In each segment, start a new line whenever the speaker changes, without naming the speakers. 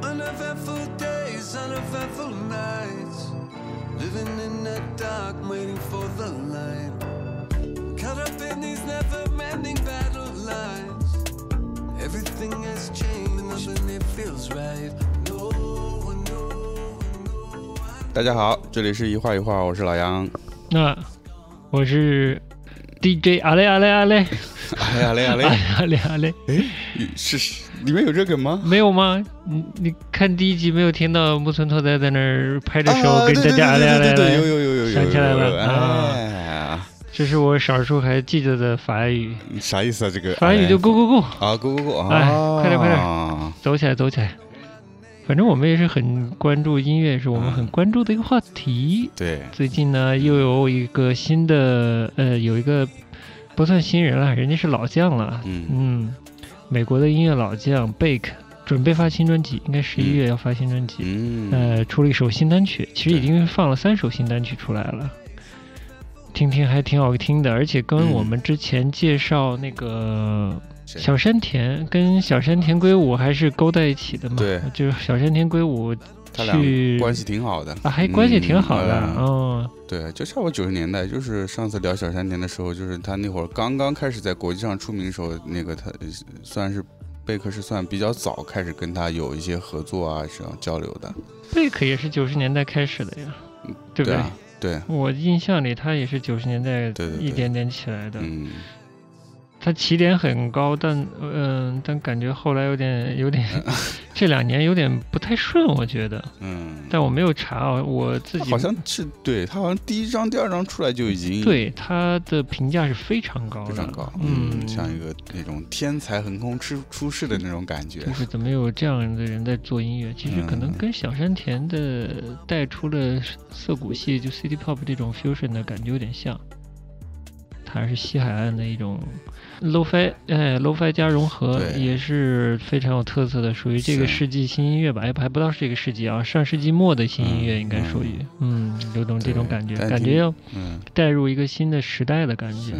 Uneventful days, uneventful nights. Living in the dark, waiting for the light. Caught up in these never-ending battle lines. Everything has changed, nothing it feels right. No, no, no, I
大家好，这里是一画一画，我是老杨。
那我是啊 DJ 阿雷阿雷阿雷
哎呀嘞呀
阿
嘞，
雷阿雷阿雷，
是是里面有这梗吗？
啊没有吗？你你看第一集没有听到木村拓哉在那儿拍的时候
啊
跟大家阿雷阿
对对对
雷
对对
阿
有
雷，
有有有有有有
想起来了啊
哎呀，
这是我少数还记得的法语，
啥意思啊？这个
法语就 Go Go Go，
啊，go go go 啊！
哎快点快走起来走起来。反正我们也是很关注音乐，是我们很关注的一个话题。
对，
最近呢，又有一个新的，呃，有一个不算新人了，人家是老将了，
嗯
嗯，美国的音乐老将 Bake 准备发新专辑，应该十一
嗯
月要发新专辑。
嗯，
呃，出了一首新单曲，其实已
对
经放了三首新单曲出来了，听听还挺好听的，而且跟
嗯
我们之前介绍那个
谁
小山田跟小山田圭吾还是勾在一起的嘛，
对
就是小山田圭吾
他俩
去
关系挺好的
啊，还关系挺好的，
嗯
哦，
对，就差不多九十年代，就是上次聊小山田的时候，就是他那会儿刚刚开始在国际上出名的时候，那个他呃算是贝克是算比较早开始跟他有一些合作啊，这样交流的，
，Bake 也是九十年代开始的呀，对不
对啊，对，
我印象里他也是九十年代
对对对
一点点起来的，
嗯，
他起点很高，但嗯、但感觉后来 有点有点，这两年有点不太顺，我觉得。
嗯，
但我没有查啊，我自
他
己
好像是对他好像第一张、第二张出来就已经
对他的评价是非常高的，
非常高，
嗯，
像一个那种天才横空出出世的那种感觉
就，是怎么有这样的人在做音乐？其实可能
嗯
跟小山田的带出了涩谷系就 City Pop 这种 fusion 的感觉有点像，它还是西海岸的一种 lofi，哎，lofi 加融合
对
也是非常有特色的，属于这个
是
世纪新音乐吧，哎，还不到这个世纪啊，上世纪末的新音乐
嗯
应该属于，嗯，有种这种
对
感觉，
但
感
听
觉要
嗯，
带入一个新的时代的感觉
是。，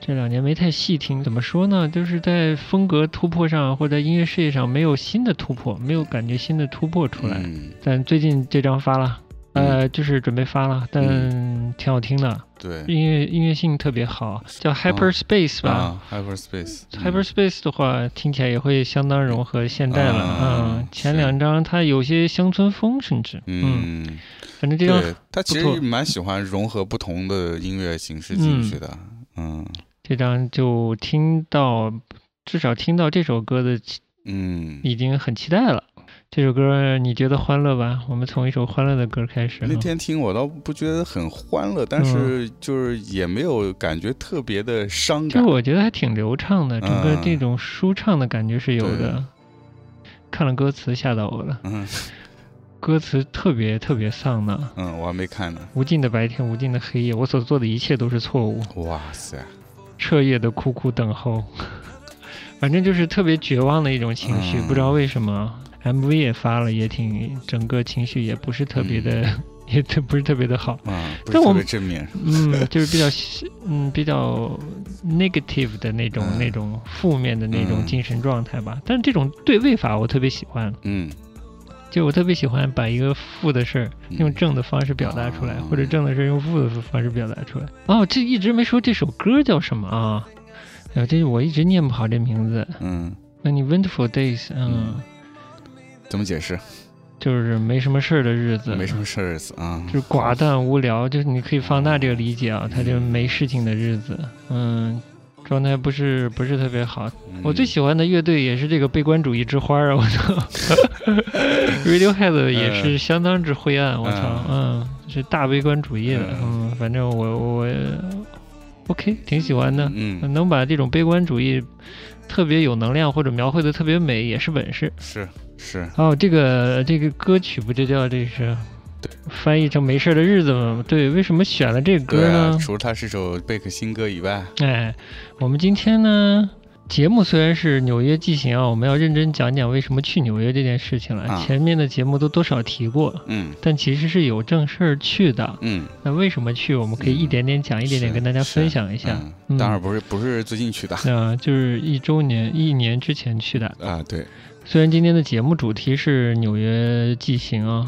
这两年没太细听，怎么说呢？就是在风格突破上，或者在音乐事业上没有新的突破，没有感觉新的突破出来。
嗯，
但最近这张发了，呃，就是准备发了，
嗯
但挺好听的，
对，
音乐音乐性特别好，叫 Hyperspace 吧。
嗯啊，Hyperspace，嗯
Hyperspace 的话，听起来也会相当融合现代了。
啊
嗯，前
是
两张它有些乡村风，甚至嗯，
嗯。
反正这张
对他其
不
实
错
蛮喜欢融合不同的音乐形式进去的，嗯
这张就听到，至少听到这首歌的
嗯。
已经很期待了。这首歌你觉得欢乐吧？我们从一首欢乐的歌开始啊。
那天听我倒不觉得很欢乐，但是就是也没有感觉特别的伤
嗯就
感。
我觉得还挺流畅的，整个
嗯
这种舒畅的感觉是有的。看了歌词吓到我了，
嗯
歌词特别特别丧呢。
嗯，我还没看呢。
无尽的白天，无尽的黑夜，我所做的一切都是错误。
哇塞，
彻夜的苦苦等候， 反正就是特别绝望的一种情绪，
嗯
不知道为什么。MV 也发了，也挺，整个情绪也不是特别的，
嗯
也特不是特别的好。
啊，不是
但我
特别正面。
嗯，就是比较西嗯比较 negative 的那种、
嗯
那种负面的那种
嗯
精神状态吧。但是这种对位法我特别喜欢，
嗯，
就我特别喜欢把一个负的事儿
嗯
用正的方式表达出来，
哦
或者正的事儿用负的方式表达出来。哦，这一直没说这首歌叫什么啊？哎呦，这我一直念不好这名字。
嗯，
那你 Wonderful Days，嗯，
嗯怎么解释？
就是没什么事儿的日子，
没什么事儿是啊，
就是寡淡无聊，就是你可以放大这个理解啊，他就没事情的日子，嗯，状态不是不是特别好。
嗯。
我最喜欢的乐队也是这个悲观主义之花啊，我操，Radiohead 也是相当之灰暗，我操，嗯，是大悲观主义的，嗯，反正我我 OK 挺喜欢的，
嗯
能把这种悲观主义特别有能量或者描绘的特别美也是本事。
是是，
哦，这个这个歌曲不就叫这是？
对，
翻译成没事儿的日子嘛。对，为什么选了这个歌
对啊
呢，？
啊除了它是首贝克新歌以外，
哎，我们今天呢，节目虽然是纽约纪行啊，我们要认真讲讲为什么去纽约这件事情了。
啊
前面的节目都多少提过，
嗯
但其实是有正事儿去的。
嗯，
那为什么去？我们可以一点点讲，一点点
是
跟大家分
是
享一下。
嗯，
嗯
当然不是不是最近去的
那、就是一周年、一年之前去的。
啊，对，
虽然今天的节目主题是纽约纪行啊，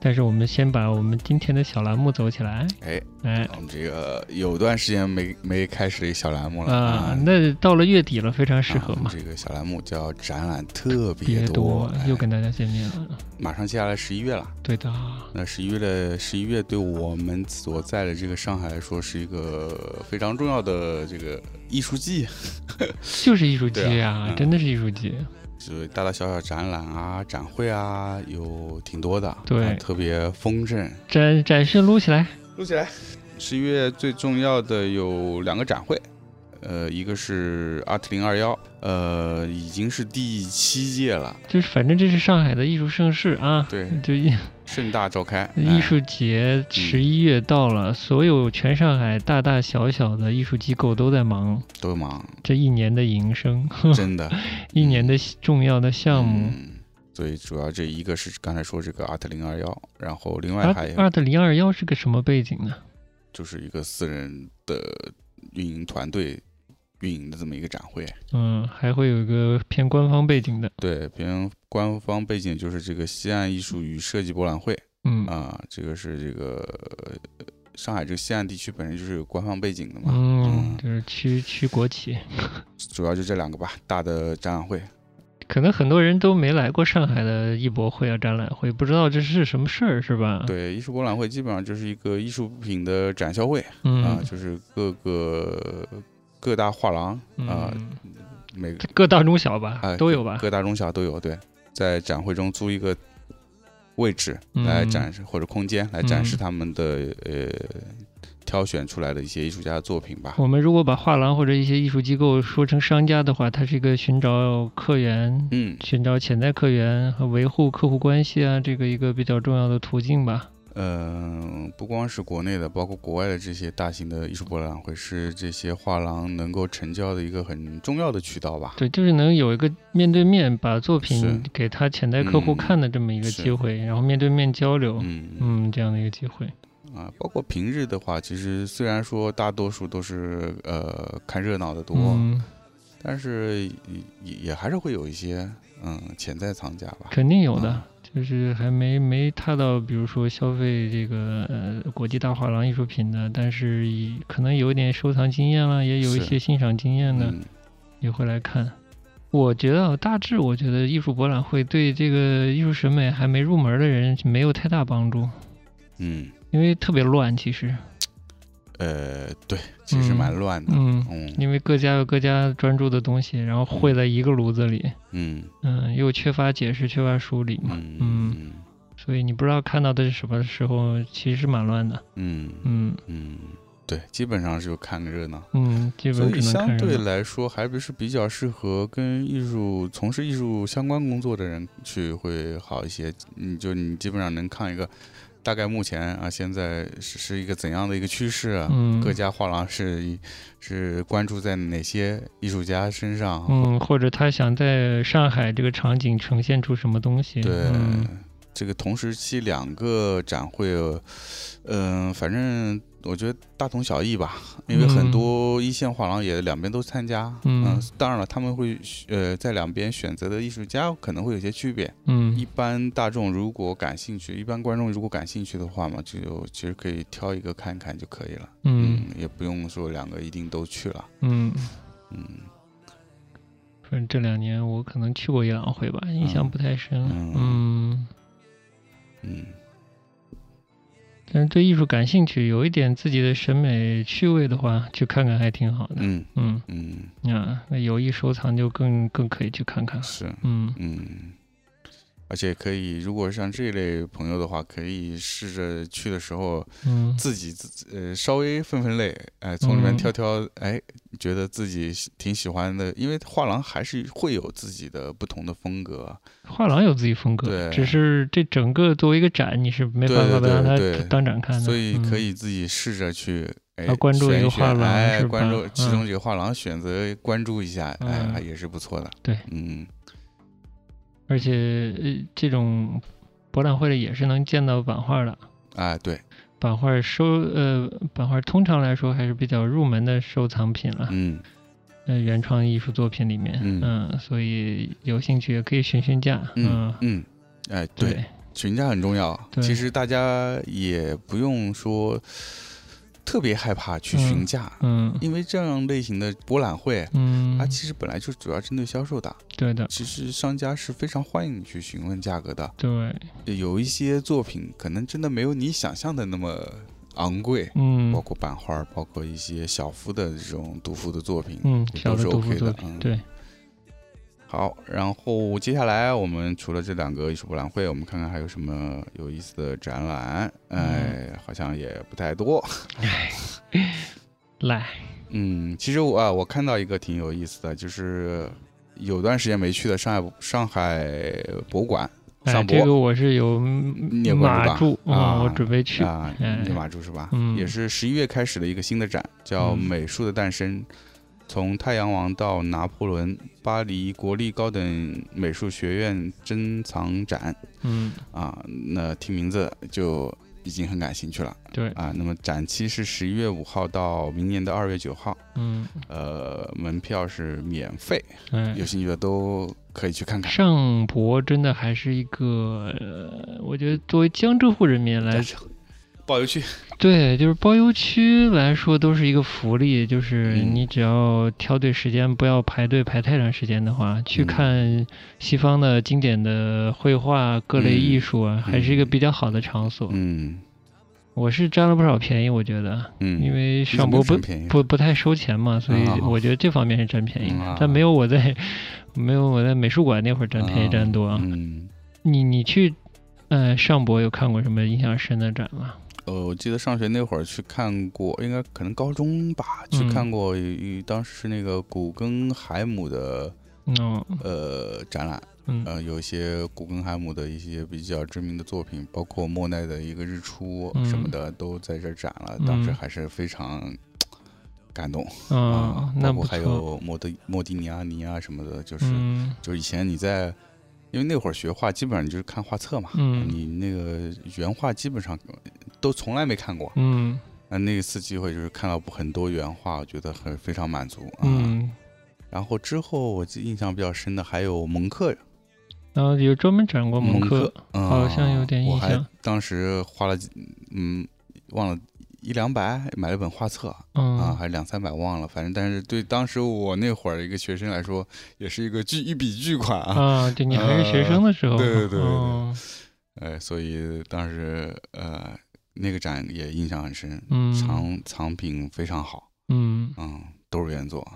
但是我们先把我们今天的小栏目走起来。
哎，
哎，
我们这个有段时间没没开始小栏目了
啊
啊，，
那到了月底了，非常适
啊我
合
们
嘛。
这个小栏目叫展览特
别
别哎
又跟大家见面了。
马上接下来十一月了。
对的，
那十一月的十一月对我们所在的这个上海来说是一个非常重要的这个艺术季，
就是艺术季
对
啊，
嗯
真的是艺术季。
就是大大小小展览啊、展会啊，有挺多的，
对
啊特别丰盛。
展展示撸起来，
录起来。十一月最重要的有两个展会，呃，一个是 Art 零二幺，呃，已经是第七届了，
就是反正这是上海的艺术盛世啊。
对，
就艺
盛大召开。
艺
哎
术节十一月到了，
嗯
所有全上海大大小小的艺术机构都在忙
哎都忙，
这一年的营生，
真的
一年的重要的项目。
嗯，所以主要这一个是刚才说这个 Art 零二幺，然后另外
二
还有
二的零二幺是个什么背景呢？
就是一个私人的运营团队运营的这么一个展会。
嗯，还会有一个偏官方背景的，
对，别人官方背景就是这个西岸艺术与设计博览会
嗯
啊、这个是这个呃上海这个西岸地区本身就是有官方背景的嘛，
嗯，就是区区国企，
主要就这两个吧，大的展览会。
可能很多人都没来过上海的艺博会啊、展览会，不知道这是什么事儿，是吧？，
对，艺术博览会基本上就是一个艺术品的展销会啊、
嗯，
就是各个各大画廊啊、
嗯
每个。
各大中小吧，
啊
都有吧？
各大中小都有。对，在展会中租一个位置
嗯
来展示、或者空间来展示
嗯
他们的、呃挑选出来的一些艺术家的作品吧。
我们如果把画廊或者一些艺术机构说成商家的话，它是一个寻找客源、
嗯，
寻找潜在客源和维护客户关系啊，这个一个比较重要的途径吧。
呃，不光是国内的，包括国外的这些大型的艺术博览会，是这些画廊能够成交的一个很重要的渠道吧。
对，就是能有一个面对面把作
是
品给他潜在客户
嗯
看的这么一个
是
机会，然后面对面交流，
嗯
嗯这样的一个机会。
啊，包括平日的话，其实虽然说大多数都是呃看热闹的多，
嗯，
但是也也还是会有一些嗯潜在藏家吧。
肯定有的
啊，
就是还没没踏到，比如说消费这个呃国际大画廊艺术品的，但是以可能有一点收藏经验了，也有一
是
些欣赏经验的，
嗯
也会来看。我觉得啊大致，我觉得艺术博览会对这个艺术审美还没入门的人没有太大帮助，
嗯，
因为特别乱，其实，
呃，对，其实蛮乱的。
嗯，
嗯
因为各家有各家专注的东西，然后汇在一个炉子里，
嗯
嗯，又缺乏解释，缺乏梳理嘛，
嗯
嗯，
嗯
所以你不知道看到的是什么时候，其实蛮乱的，
嗯
嗯
嗯，对，基本上就看个热闹。
嗯，基
所
本
以
只能
相
看
对
热闹。
来说，还不是比较适合跟艺术从事艺术相关工作的人去会好一些。你就你基本上能看一个大概目前啊，现在是是一个怎样的一个趋势啊？
嗯，
各家画廊是是关注在哪些艺术家身上啊？
嗯，或者他想在上海这个场景呈现出什么东西？
对，
嗯
这个同时期两个展会，嗯、反正我觉得大同小异吧，因为很
嗯
多一线画廊也两边都参加。
嗯
当然了，他们会呃在两边选择的艺术家可能会有些区别。一
嗯
般大众如果感兴趣，一般观众如果感兴趣的话嘛，就其实可以挑一个看看就可以了。
嗯
也不用说两个一定都去了。
嗯，
嗯
反正这两年我可能去过一两回吧，印象不太深了。
嗯
嗯，
嗯，
但是对艺术感兴趣，有一点自己的审美趣味的话，去看看还挺好的。
嗯
嗯，
嗯，
啊，那有意收藏就更更可以去看看了。
是。
嗯
嗯，而且可以，如果像这类朋友的话，可以试着去的时候
嗯
自己自己呃稍微分分类，哎、从里面
嗯
挑挑，哎，觉得自己喜挺喜欢的，因为画廊还是会有自己的不同的风格，
画廊有自己风格，
对
只是这整个作为一个展，你是没办
对
法
对对
把它
对
当展看的，
所以可
嗯
以自己试着去哎
要，关注
选
一个
选
画廊
哎，
是
关
吧
注其
嗯
中几个画廊，选择关注一下，哎，
嗯
还也是不错的。
对，
嗯，
而且呃，这种博览会里也是能见到版画的。
啊，对，
版画收呃，版画通常来说还是比较入门的收藏品了，
嗯，
呃，原创艺术作品里面，
嗯
所以有兴趣也可以询询价，
嗯嗯，哎，对，
对，
询价很重要。
对
其实大家也不用说特别害怕去询价，
嗯
因为这样类型的博览会，
嗯，
它其实本来就主要针对销售的。
对的，
其实商家是非常欢迎你去询问价格的。
对，
有一些作品可能真的没有你想象的那么昂贵，
嗯
包括版画，包括一些小幅的这种读幅的作品。
嗯，
都
小的
是
杜甫
OK 的
作品，
嗯
对，
好，然后接下来我们除了这两个艺术博览会，我们看看还有什么有意思的展览。
嗯
哎，好像也不太多。
来，
嗯，其实我啊，我看到一个挺有意思的，就是有段时间没去的上海上海博物馆
哎，
上博
这个我是有嗯
你也关注
码
吧
住
啊
我准备去，
啊，
哎
聂马柱是吧？
嗯
也是十一月开始的一个新的展，叫《
嗯
美术的诞生：从太阳王到拿破仑》，巴黎国立高等美术学院珍藏展
嗯，
啊。那听名字就已经很感兴趣了
对，
啊。那么展期是十一月五号到明年的二月九号，
嗯，
呃，门票是免费，
哎
有，兴趣的都可以去看看。
上博真的还是一个，呃我觉得作为江浙沪人民来
报邮区，
对，就是包邮区来说都是一个福利，就是
嗯
你只要挑对时间，不要排队排太长时间的话，去
嗯
看西方的经典的绘画、各类艺术啊，还是一个比较好的场所。
嗯
我是占了不少便宜，我觉得，
嗯，
因为
你怎
上
么
博不
这么便宜
不不太收钱嘛，所以
啊
我觉得这方面是占便宜，
嗯啊
但没有我在没有我在美术馆那会儿占便宜占多。
啊
啊
嗯。
你你去，呃，上博有看过什么印象深的展吗？
呃，我记得上学那会儿去看过，应该可能高中吧，去
嗯
看过一、当时是那个古根海姆的
嗯
呃展览，
嗯
呃，有一些古根海姆的一些比较知名的作品，包括莫奈的一个日出
嗯
什么的、都在这儿展了，当时
嗯
还是非常。感动
嗯
啊，，
那
包括
不
还
错。
有莫德莫迪尼亚尼啊什么的，就是、
嗯
就是以前你在，因为那会儿学画，基本上就是看画册嘛，
嗯
你那个原画基本上都从来没看过，
嗯
那那一次机会就是看到很多原画，我觉得很非常满足啊。、
嗯，
然后之后我记印象比较深的还有蒙克，
然后有专门展过蒙
克
克，，
嗯、
好像有点印象
我还当时花了几，嗯，忘了一两百买了本画册啊，
嗯
还是两三百忘了，反正但是对当时我那会儿一个学生来说，也是一个巨一笔巨款啊。
啊，对你还是学生的时候，
呃对对对对对
嗯
呃，所以当时呃那个展也印象很深，
嗯
藏藏品非常好，
嗯，
嗯，都是原作。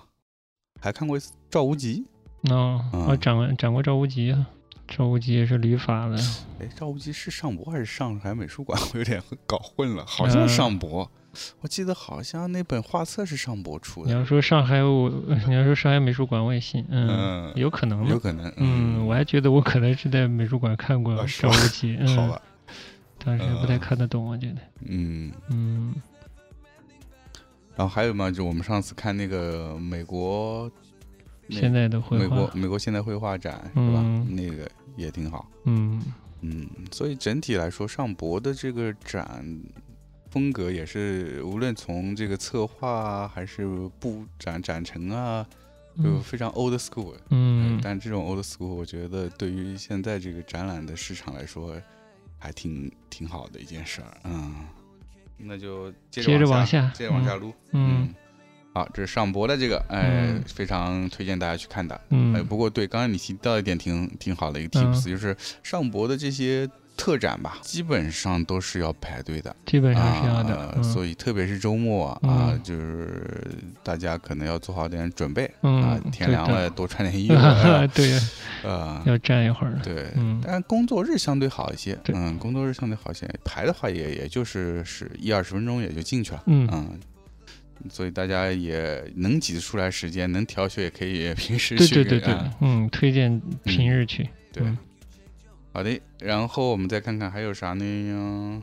还看过一次赵无极，
哦，我
嗯
展过展过赵无极啊，赵无极也是旅 法的，
哎，赵无极是上博还是上海美术馆？ 我有点搞混了，好
呃
像是上博。我记得好像那本画册是上博出
你
的，
要说上海我， 你要说上海美术馆我也信，嗯，
嗯，
有可能
有
的，
可能，
嗯，我还觉得我可能是在美术馆看过
啊是
赵
吧
无 极，
好
嗯，
吧，
当时不太
嗯
看得懂，我觉得，
嗯。
嗯
然后还有嘛，就我们上次看那个美国，那
现在的绘
美国
画，
美国现代绘画展是吧？
嗯
那个也挺好，
嗯
嗯。所以整体来说，上博的这个展风格也是，无论从这个策划啊，还是布展展陈啊，就
嗯
非常 old school。
嗯
但这种 old school，我觉得对于现在这个展览的市场来说，还挺挺好的一件事儿。嗯，那就接
接着
往
往下
接着往
嗯
下撸。
嗯，
好，这是上博的这个，哎，
嗯
非常推荐大家去看的。哎，
嗯
不过对，刚刚你提到一点挺挺好的一个
嗯
tips，、就是上博的这些特展吧，基本上都是要排队的。
基本上是要的
啊，
嗯
所以特别是周末啊，
嗯
就是大家可能要做好点准备、啊
嗯，，
天凉了多穿 点衣服。啊
对的，对呀，
呃，
要站一会儿。
对，
嗯
但工作日相对好一些，
对
嗯，工作日相对好一些，排的话也也就是是一二十分钟也就进去了，
嗯
嗯，所以大家也能挤得出来时间，能调休也可以 平时
对
去
对对对
啊，
嗯，推荐平日去。
对
嗯
好的，然后我们再看看还有啥呢？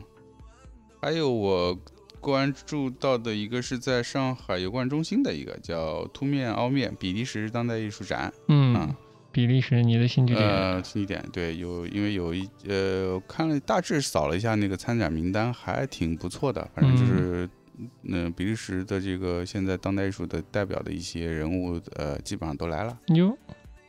还有我关注到的一个是在上海油罐中心的一个叫“凸面凹面”比利时当代艺术展。
嗯
嗯，
比利时，你的兴趣点，
呃，新一点，对，有因为有一呃，我看了大致扫了一下那个参展名单，还挺不错的。反正就是，嗯、比利时的这个现在当代艺术的代表的一些人物，呃，基本上都来了。
哟，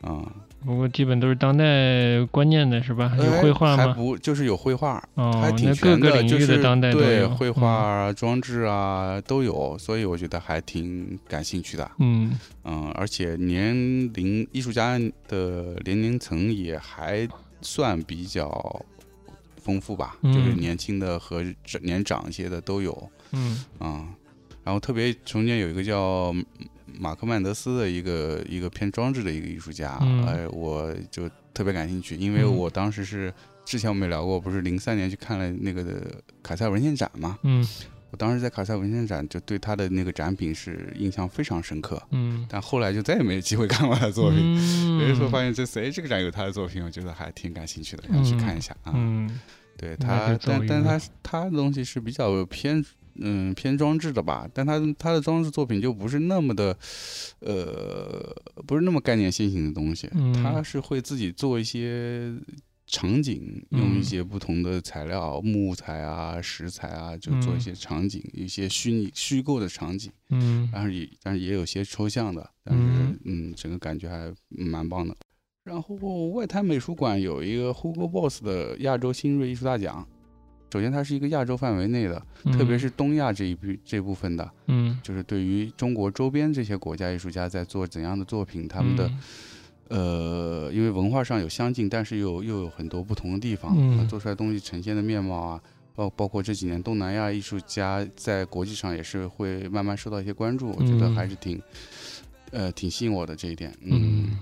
啊、
不过基本都是当代观念的是吧？啊有绘画
哎还
吗？
不就是有绘画，还
哦，
挺
那各
全的，
个领
就
域
是
的当代都
对
有嗯
绘画，啊、装置啊都有，所以我觉得还挺感兴趣的。
嗯，嗯
嗯，而且年龄艺术家的年龄层也还算比较丰富吧，
嗯
就是年轻的和长年长一些的都有
嗯
啊、嗯然后特别中间有一个叫马克曼德斯的一个一个偏装置的一个艺术家，
嗯
哎，我就特别感兴趣，因为
嗯
我当时是之前我们也聊过，不是零三年去看了那个的卡塞尔文献展嘛，
嗯
我当时在卡塞尔文献展就对他的那个展品是印象非常深刻。
嗯，
但后来就再也没有机会看过他的作品。所以说
嗯
发现这谁这个展有他的作品，我觉得还挺感兴趣的，想去看一下啊。
嗯
对
那
他
就，作
但
为一
但
个
他他的东西是比较偏嗯偏装置的吧，但他他的装置作品就不是那么的呃不是那么概念新型的东西，
嗯
他是会自己做一些。场景用
嗯
一些不同的材料，木材啊、石材啊，就做一
嗯
些场景，一些虚拟虚构的场景。
嗯
但是也但是也有些抽象的，但是
嗯
嗯整个感觉还嗯蛮棒的。然后外滩美术馆有一个 Hugo Boss 的亚洲新锐艺术大奖，首先它是一个亚洲范围内的，
嗯，
特别是东亚这一部这部分的，
嗯
就是对于中国周边这些国家艺术家在做怎样的作品，他们的、呃，因为文化上有相近，但是又又有很多不同的地方，
嗯
呃做出来东西呈现的面貌啊，包包括这几年东南亚艺术家在国际上也是会慢慢受到一些关注，我觉得
嗯
还是挺，呃，挺吸引我的这一点。嗯，
嗯，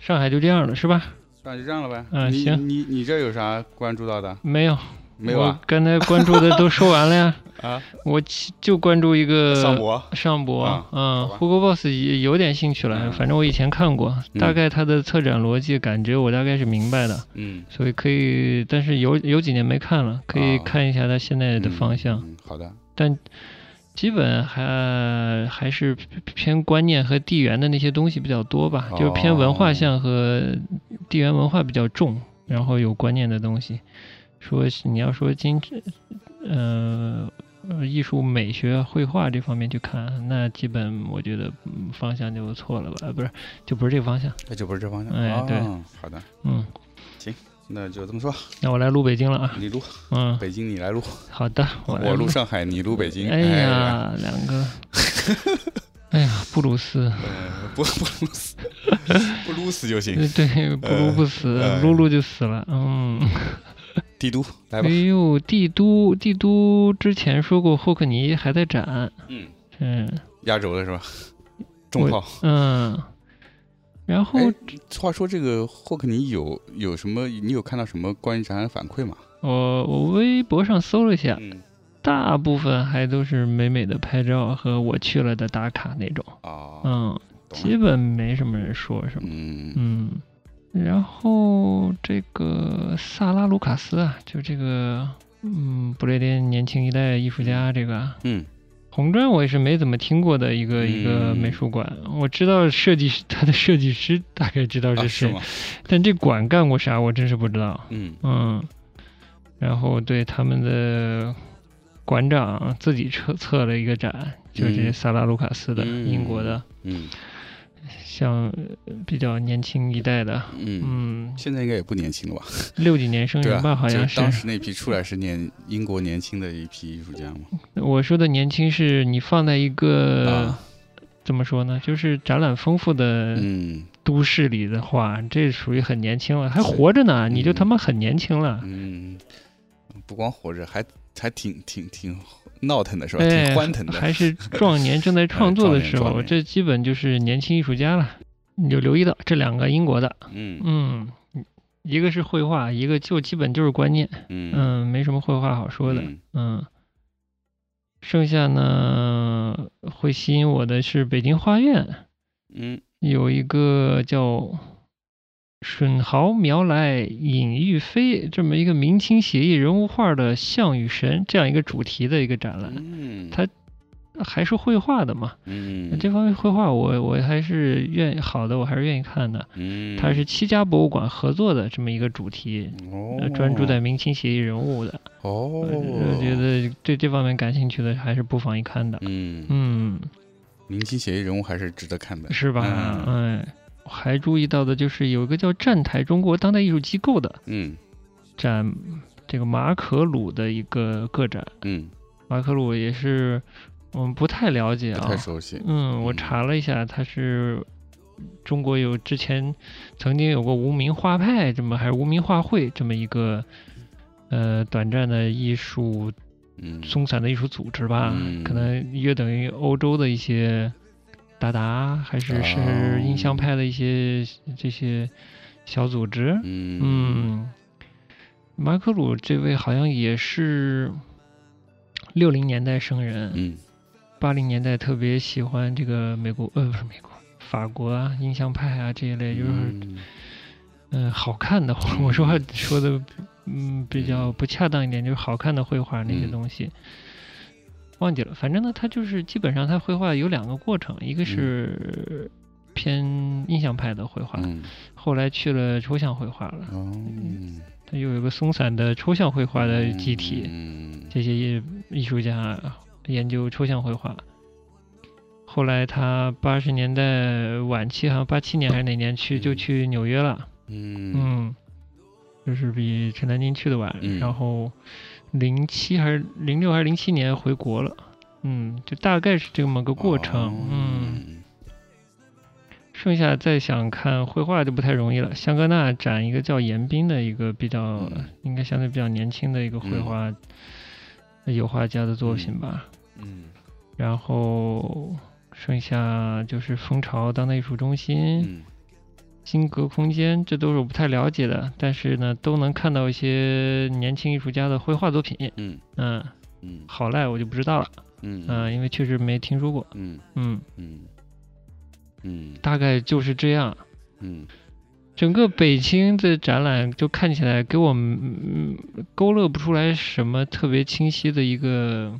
上海就这样了是吧？
那就这样了呗。
嗯
你
行
你你这有啥关注到的？
没有，
没有啊
我刚才关注的都说完了呀，
啊，
我其就关注一个
上博
上博，
啊
嗯
好吧
，Hugo Boss 也有点兴趣了，
嗯
反正我以前看过，
嗯
大概他的策展逻辑感觉我大概是明白的，
嗯，
所以可以，但是有有几年没看了，可以
啊
看一下他现在的方向，
嗯嗯好的，
但基本还还是偏观念和地缘的那些东西比较多吧，
哦
就是偏文化向和地缘文化比较重，然后有观念的东西。说是你要说今，呃，呃艺术、美学、绘画这方面去看，那基本我觉得嗯方向就错了吧，呃不是，就不是这个方向。
那就不是这方向。
哎对
哦好的，
嗯，
那就这么说，
那我来录北京了啊。
你录
嗯，
北京，你来录，
好的，来
我录上海，你录北京。
哎呀，两个， 哎呀，布鲁 斯。
呃，不 不撸死，不撸死就行。
呃对，不撸
呃
不 死
呃，
撸撸就死了。嗯，
帝都来吧
哎，呦，帝都，帝都之前说过霍克尼还在展，
嗯，
嗯
压轴了是吧？重
我
炮。
嗯，然后
哎话说这个霍克尼有有什么？你有看到什么关于展览反馈吗？
我我微博上搜了一下，
嗯
大部分还都是美美的拍照和我去了的打卡那种，
啊，
嗯，
懂
基
了。
本没什么人说什么，
嗯
嗯。然后这个萨拉卢卡斯啊，就这个，嗯，不列颠年轻一代艺术家，这个啊
嗯
红砖我也是没怎么听过的一个、一个
嗯
美术馆，我知道设计师他的设计师大概知道
啊
是
是
谁，
吗？
但这馆干过啥我真是不知道。
嗯
嗯，然后对他们的馆长自己策策了一个展，就是这
嗯
萨拉卢卡斯的、
嗯
英国的，
嗯
像呃比较年轻一代的，
嗯。
嗯，
现在应该也不年轻了吧？
六几年生
对
人吧，
啊，
好
就
像
是
是。
当时那批出来是年英国年轻的一批艺术家嘛。
我说的年轻是你放在一个、
啊，
怎么说呢，就是展览丰富的。
嗯
都市里的话，这属于很年轻了，还活着呢，
嗯
你就他妈很年轻了。
嗯，不光活着，还还挺挺挺闹腾的是吧？
哎，
挺欢腾的。哎
还是壮年正 在创作的时
壮
候，
年
这基本就是年轻艺术家了。你就留意到这两个英国的，
嗯
嗯，一个是绘画，一个就基本就是观念，
嗯
嗯，没什么绘画好说的，
嗯
嗯。剩下呢，会吸引我的是北京画院
嗯
有一个叫吮毫描来隐欲飞”这么一个明清写意人物画的象与神这样一个主题的一个展览，
嗯，
它还是绘画的嘛？
嗯，
这方面绘画我我还是愿意好的，我还是愿意看的。
嗯，
它是七家博物馆合作的这么一个主题，呃
哦，
专注在明清写意人物的。
哦，
我觉得对这方面感兴趣的还是不妨一看的。
嗯，
嗯，
明清写意人物还是值得看的，
是吧？
嗯
哎，我还注意到的就是有一个叫站台中国当代艺术机构的
嗯
展，这个马可鲁的一个个展。
嗯，
马可鲁也是我们不太了解
不
啊
太。熟悉，
嗯，我
嗯
查了一下，他是中国有之前曾经有过无名画派这么还是无名画会这么一个呃短暂的艺术
嗯，
松散的艺术组织吧，
嗯
可能约等于欧洲的一些达达还
啊
是是印象派的一些这些小组织。
嗯
嗯，马可鲁这位好像也是六零年代生人，
嗯
八零年代特别喜欢这个美国呃不是美国法国啊印象派啊这一类，就是
嗯
嗯、呃好看的，我说话 说的嗯比较不恰当一点，就是好看的绘画那些
嗯
东西，忘记了。反正呢，他就是基本上他绘画有两个过程，一个是偏印象派的绘画，
嗯，
后来去了抽象绘画了。
哦，
他又有一个松散的抽象绘画的集体，
嗯
这些艺艺术家研究抽象绘画。后来他八十年代晚期，好像八七年还是哪年去，
嗯
就去纽约了。
嗯
嗯，就是比陈丹青去的晚。
嗯
然后零七还是零六还是零七年回国了。嗯，就大概是这么个过程。
哦
嗯，，剩下再想看绘画就不太容易了。香格纳展一个叫严彬的一个比较，
嗯
应该相对比较年轻的一个绘画、油画家的作品吧。
嗯
然后剩下就是蜂巢当代艺术中心、
嗯
金阁空间，这都是我不太了解的，但是呢，都能看到一些年轻艺术家的绘画作品。
嗯
嗯，
嗯
好赖我就不知道了。
嗯
嗯、因为确实没听说过。
嗯
嗯，
嗯嗯
大概就是这样。
嗯
整个北京的展览就看起来给我们嗯勾勒不出来什么特别清晰的一个，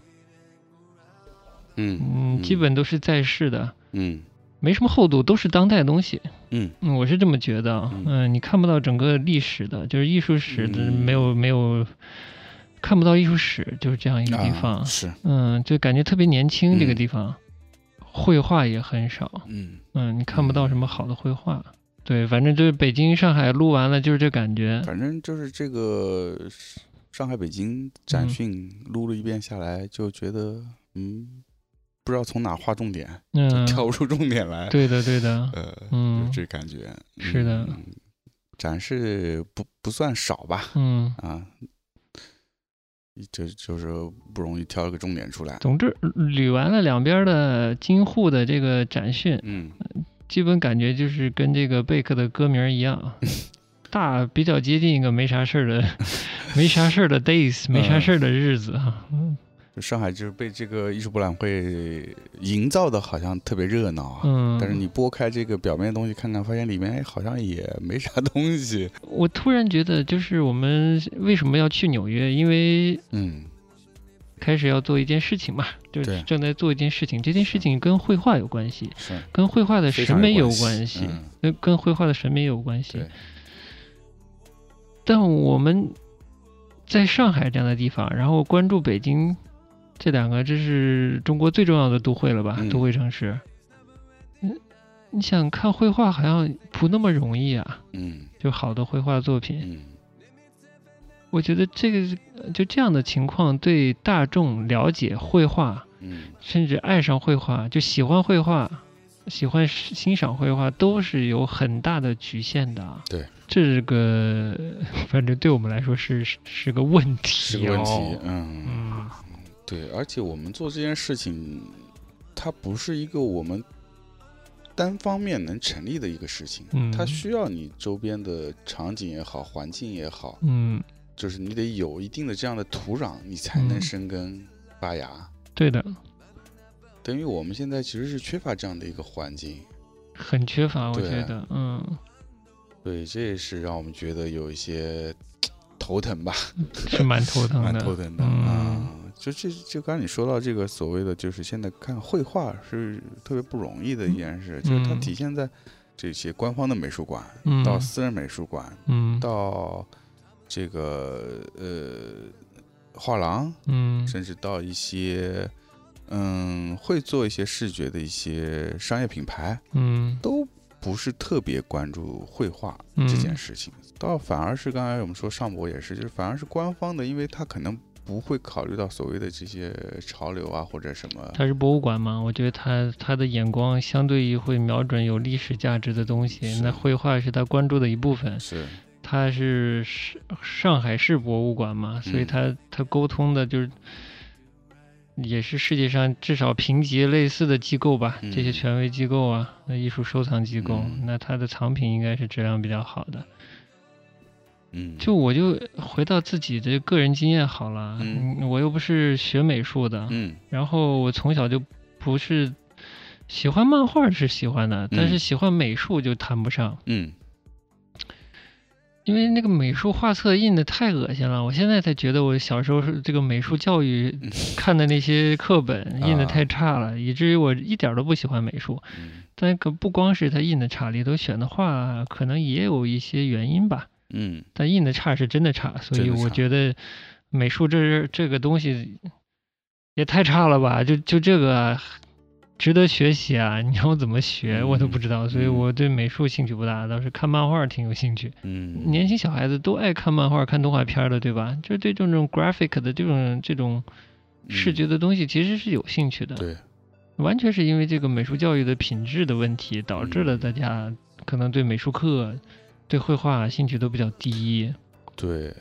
嗯
嗯，基本都是在世的，
嗯
没什么厚度，都是当代东西。
嗯
嗯，我是这么觉得啊。
嗯
嗯、你看不到整个历史的，就是艺术史的
嗯
没有、没有，看不到艺术史，就是这样一个地方。
啊是，
嗯，就感觉特别年轻，这
嗯
个地方，绘画也很少。
嗯
嗯，你看不到什么好的绘画。对，反正就是北京、上海录完了，就是这感觉。
反正就是这个是上海、北京
嗯
展讯撸了一遍下来，就觉得嗯，不知道从哪划重点，就
嗯，
挑不出重点来。
对的，对的，
呃，
嗯
就这感觉。
是的
嗯，展示不不算少吧？
嗯。
啊，就就是不容易挑一个重点出来。
总之，捋完了两边的京沪的这个展讯，
嗯
基本感觉就是跟这个贝克的歌名 一样，大比较接近一个没啥事儿的，没啥事儿的 days，没
嗯
啥事儿的日子啊。
就上海就是被这个艺术博览会营造的好像特别热闹啊，
嗯，
但是你拨开这个表面的东西看看，发现里面哎好像也没啥东西。
我突然觉得，就是我们为什么要去纽约？因为
嗯
开始要做一件事情嘛，就是
对
正在做一件事情，这件事情跟绘画有关系，
是
跟绘画的
非
审
常
美
有
有
关
关
系
系
嗯，
跟跟绘画的审美有关系
对。，
但我们在上海这样的地方，然后关注北京这两个，这是中国最重要的都会了吧？
嗯
都会城市。嗯，你想看绘画好像不那么容易啊，
嗯
就好的绘画作品。
嗯
我觉得这个呃就这样的情况，对大众了解绘画，
嗯
甚至爱上绘画，就喜欢绘画。喜欢欣赏绘画都是有很大的局限的啊，
对，
这个 反正对我们来说是是是个问题、
是
哦
个问题。，嗯，
嗯
对，而且我们做这件事情，它不是一个我们单方面能成立的一个事情，
嗯，
它需要你周边的场景也好，环境也好，
嗯，
就是你得有一定的这样的土壤，你才能
嗯
生根发芽。
对的，
等于我们现在其实是缺乏这样的一个环境，
很缺乏，我
对啊
觉得，嗯，
对，这也是让我们觉得有一些头疼吧，
是蛮头疼
蛮
的，
头疼的
嗯
啊。就这就刚才你说到这个所谓的，就是现在看绘画是特别不容易的一件事，就是它
嗯
体现在这些官方的美术馆，
嗯
到私人美术馆，
嗯
到这个呃画廊，
嗯
甚至到一些嗯会做一些视觉的一些商业品牌，
嗯
都不是特别关注绘画
嗯
这件事情，倒反而是刚才我们说上博也是，就是反而是官方的，因为他可能不会考虑到所谓的这些潮流啊或者什么。
它是博物馆嘛，我觉得他他的眼光相对于会瞄准有历史价值的东西
是，
那绘画是他关注的一部分。
是，
它是是上海市博物馆嘛，所以
嗯
它它沟通的就是也是世界上至少评级类似的机构吧，这些
嗯
权威机构啊，那艺术收藏机构，
嗯
那它的藏品应该是质量比较好的。
嗯，
就我就回到自己的个人经验好了，
嗯
我又不是学美术的，
嗯
然后我从小就不是喜欢漫画是喜欢的，但是
嗯
喜欢美术就谈不上。
嗯
因为那个美术画册印的太恶心了，我现在才觉得我小时候是这个美术教 育
嗯
看的那些课本印的
啊
太差了，以至于我一点儿都不喜欢美术。
嗯
但可不光是他印的差，里头选的画可能也有一些原因吧。
嗯
但印的差是真的差，所以
真的
我
差
觉得美术这这个东西也太差了吧？就就这个啊值得学习啊！你让我怎么学我都不知道，所以
嗯
我对美术兴趣不大，倒是看漫画挺有兴趣。
嗯，
年轻小孩子都爱看漫画、看动画片儿的，对吧？就是对这种 graphic 的这种这种视觉的东西，其实是有兴趣的。
嗯对，
完全是因为这个美术教育的品质的问题，导致了
嗯
大家可能对美术课、对绘画兴趣都比较低。
对，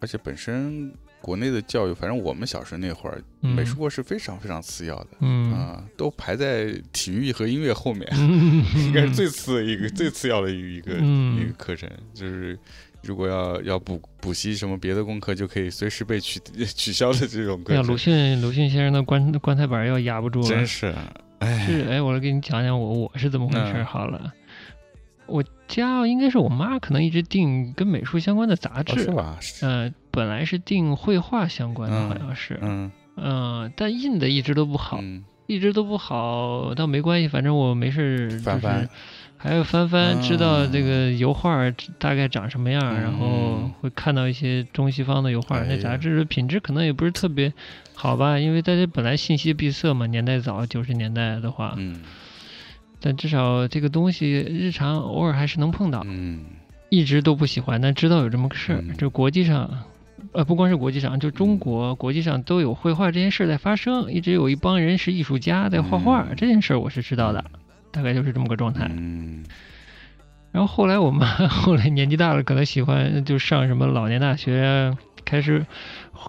而且本身国内的教育，反正我们小时候那会儿，
嗯
美术课是非常非常次要的
嗯，
啊、 都排在体育和音乐后面，
嗯，
应该是最次的一个最次要的一个一个
嗯
课程，就是如果要要补补习什么别的功课，就可以随时被取 取消的这种
哎呀，
课
鲁
程，
迅鲁迅先生的棺棺材板要压不住了
真。是啊
是，哎，我来给你讲讲我我是怎么回事儿
嗯
好了。我家应该是我妈可能一直订跟美术相关的杂
哦
志，
是吧？是
呃，本来是订绘画相关的，
嗯
好像是，
嗯
嗯、但印的一直都不好，
嗯，
一直都不好，倒没关系，反正我没事，就
翻
是啊
翻
还要翻翻，知道这
嗯
个油画儿大概长什么样，然后
嗯
会看到一些中西方的油画儿，
哎
那
呀
杂志的品质可能也不是特别好吧，因为大家本来信息闭塞嘛，年代早，九十年代的话，
嗯
但至少这个东西日常偶尔还是能碰到。
嗯
一直都不喜欢，但知道有这么个事儿
嗯。
就国际上，呃，不光是国际上，就中国国际上都有绘画这件事在发生，一直有一帮人是艺术家在画画、
嗯
这件事，我是知道的，哎大概就是这么个状态。
嗯
然后后来我妈 后来年纪大了，可能喜欢就上什么老年大学，开始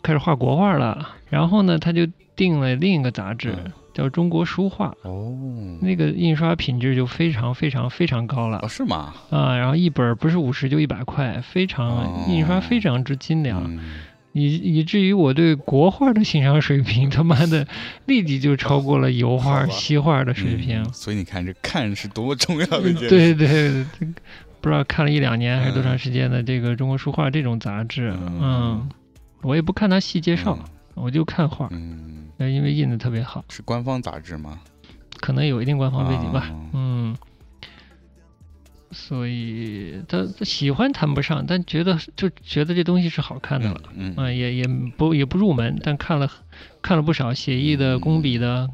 开始画国画了。然后呢，她就订了另一个杂志，
嗯
叫《中国书画》，
哦
那个印刷品质就非常非常非常高了
哦。是吗？
啊，然后一本儿不是五十就一百块，非
哦
常印刷非常之精良，
嗯
以以至于我对国画的欣赏水平， 他妈的立即就超过了油画、
好吧
西画的水平。
嗯所以你看这看是多么重要的一件事，
嗯对对对，这个不知道看了一两年还是
嗯
多长时间的这个《中国书画》这种杂志，
嗯
嗯，我也不看它细介绍，我就看画，
嗯，嗯，
呃因为印的特别好，
是官方杂志吗？
可能有一定官方背景吧，
哦
嗯。所以他他喜欢谈不上，但觉得就觉得这东西是好看的了。
嗯
嗯，也也不也不入门，但看了看了不少写意的工笔的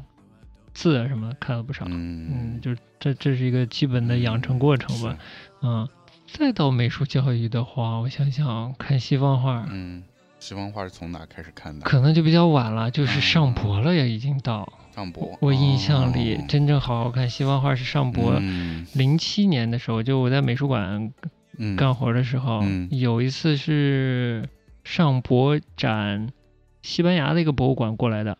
字啊什么，看了不少。嗯，
嗯
就这这是一个基本的养成过程吧。，嗯，再到美术教育的话，我想想，看西方画
是嗯，西方画是从哪开始看的？
可能就比较晚了，就是上博了呀，已经到。
上博，
我印象里
哦，
真正好好看西方画是上博。
嗯
零七年的时候，就我在美术馆
嗯
干活的时候，
嗯
有一次是上博展西班牙的一个博物馆过来的，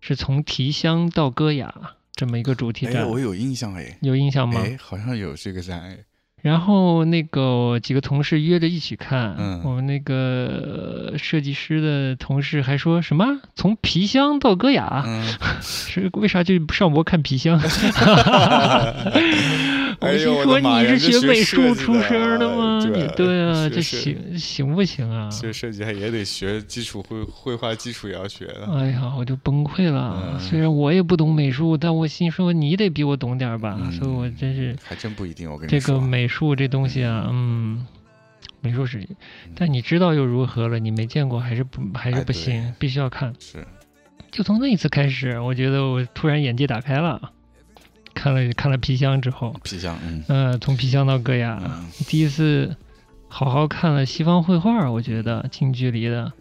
是从提香到戈雅这么一个主题
哎，
展，
我有印象哎，
有印象吗？
哎，好像有这个展哎，
然后那个几个同事约着一起看，
嗯
我们那个呃设计师的同事还说什么从皮箱到戈 雅，
嗯
是为啥去上博看皮箱？
哎
心
呦我
说
的妈呀，
你是
这
学美术出身
的
吗？
哎
你对啊，这
学设
行行不行啊？
学设计还也得学基础绘绘画基础也要学的。
哎呀，我就崩溃了。
嗯
虽然我也不懂美术，但我心说你得比我懂点儿吧。
嗯
所以我真是
还真不一定，我跟
这
你
个
说，
美术这东西啊，嗯，美术史，
嗯
但你知道又如何了？你没见过还是不还是
哎
不
对
行，必须要看。
是
就从那一次开始，我觉得我突然眼界打开了。看了看了皮箱之后，
皮箱，嗯
嗯、从皮箱到戈雅，
嗯，
第一次好好看了西方绘画，我觉得近距离的，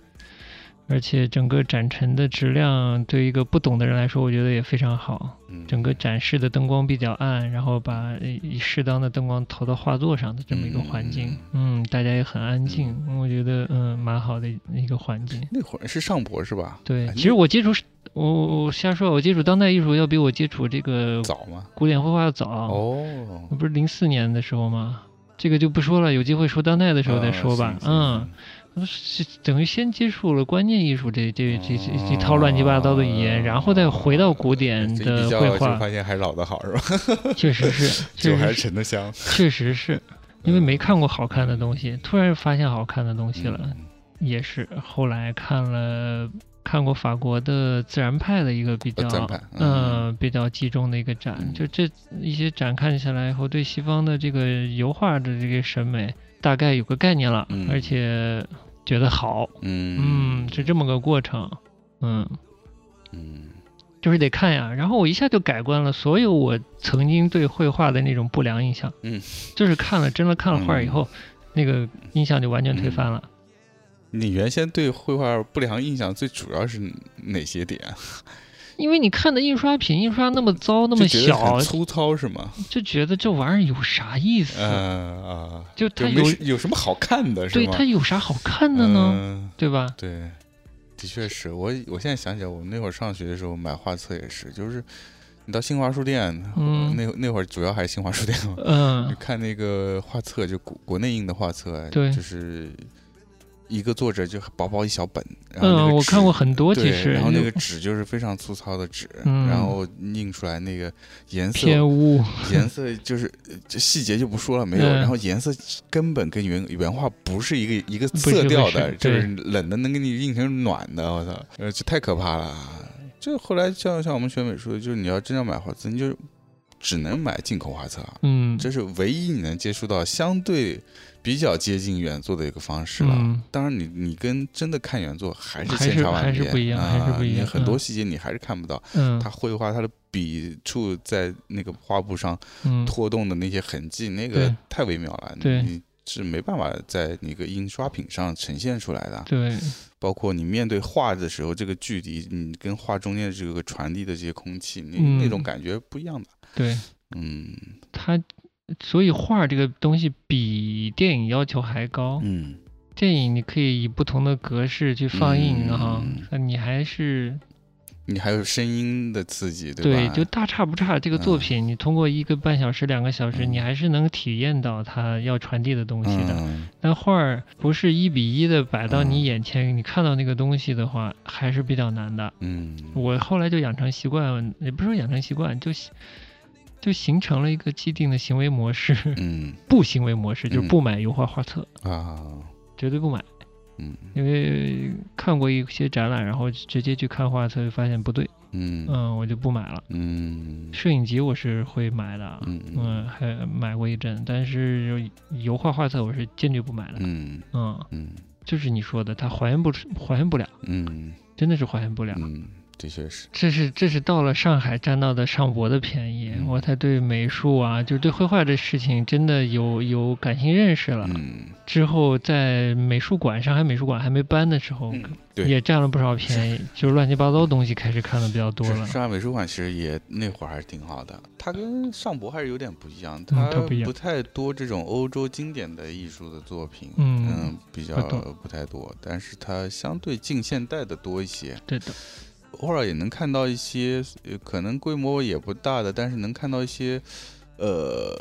而且整个展陈的质量对一个不懂的人来说，我觉得也非常好。
嗯
整个展示的灯光比较暗，然后把呃以适当的灯光投到画作上的这
嗯
么一个环境，嗯，大家也很安静，我觉得嗯蛮好的一个环境。
那会儿是上博是吧？
对
哎，
其实我接触是我我我瞎说，我接触当代艺术要比我接触这个
那早吗？
古典绘画要早啊
哦
那，不是零四年的时候吗？这个就不说了，有机会说当代的时候再说吧。
嗯，
嗯，是等于先接触了观念艺术这这这这这套
哦
乱七八糟的语言，然后再回到古典
行行行哎这一比
的
较
绘
就
画，
发现还是老的好是吧？
确 实是，
酒
确
还
实
是
是，
沉得香，
确实是。因为没看过好看的东西，突然发现好看的东西了，
嗯
也是后来看了看过法国的自然派的一个比较
呃自然派嗯
嗯比较集中的一个展，
嗯
就这一些展看下来以后，对西方的这个油画的这个审美大概有个概念了，
嗯
而且觉得好，
嗯
嗯，是这么个过程，嗯，
嗯
就是得看呀。然后我一下就改观了，所有我曾经对绘画的那种不良印象，
嗯，
就是看了真的看了画以后，那个印象就完全推翻了。
嗯你原先对绘画不良印象最主要是哪些点啊？
因为你看的印刷品，印刷那么糟，那么
就觉得
小
很，粗糙是 吗？
就觉得这玩意儿有啥意思？
嗯啊，
就它
就
有
没，什有什么好看的是
对
吗？
它有啥好看的呢？
嗯
对吧？
对，的确是我，我现在想起来，我们那会儿上学的时候买画册也是，就是你到新华书店，
嗯
那那会儿主要还是新华书店嘛， 你
嗯
看那个画册，就国国内印的画册，
对
就是一个作者就薄薄一小本，然后那个
嗯，我
纸
看过很多，其
对
实
然后那个纸就是非常粗糙的纸，
嗯
然后印出来那个颜色
偏污，
颜色就是呃这细节就不说了，没有。
嗯
然后颜色根本跟原原画不是一个一个
不是
色
不
调
是
的，就
对
是冷的能给你印成暖的，我操，呃，这太可怕了。就后来像像我们学美术的，就是你要真正买画册，你就只能买进口画册啊，
嗯
这是唯一你能接触到相对比较接近原作的一个方式了。
嗯，
当然你，你跟真的看原作还是
还
千
是
差万别，
还是不一样还是
啊
不一
你
样
很多
嗯
细节你还是看不到，
嗯
他绘画他的笔触在那个画布上
嗯，
拖动的那些痕迹，那个
对
太微妙了，
对
你是没办法在你一个印刷品上呈现出来的。
对，
包括你面对画的时候，这个距离，你跟画中间的这个传递的这些空气，你
嗯
那种感觉不一样的。
对
嗯
它，所以画这个东西比电影要求还高。
嗯，
电影你可以以不同的格式去放映
嗯
哈
嗯，
那、你还是
你还有声音的刺激，吧？
就大差不差。这个作品，你通过一个半小时、两个小时，
嗯
你还是能体验到它要传递的东西的。
嗯
但画儿不是一比一的摆到你
嗯
眼前，你看到那个东西的话，还是比较难的。
嗯
我后来就养成习惯，也不是说养成习惯，就形就形成了一个既定的行为模式，
嗯
不行为模式，就是
嗯
不买油画画册，
啊
绝对不买。
嗯
因为看过一些展览，然后直接去看画册，就发现不对，
嗯
嗯，我就不买了。
嗯
摄影集我是会买的啊，
嗯
嗯，还买过一阵，但是油画画册我是坚决不买的。
嗯
嗯，
嗯
就是你说的，它还原不出还原不了，
嗯
真的是还原不了。
嗯，的确是。
这是这是到了上海占到的上博的便宜，
嗯
我才对美术啊，就是对绘画这事情真的有有感性认识了。
嗯，
之后在美术馆，上海美术馆还没搬的时候，
嗯对
也占了不少便宜，就是乱七八糟东西开始看的比较多
是
了。
上海美术馆其实也那会儿还是挺好的，它跟上博还是有点不一样，它
它不一样
太多这种欧洲经典的艺术的作品，
嗯
比较
我懂
不太多，但是它相对近现代的多一些，
对的，
偶尔也能看到一些，呃可能规模也不大的，但是能看到一些，呃，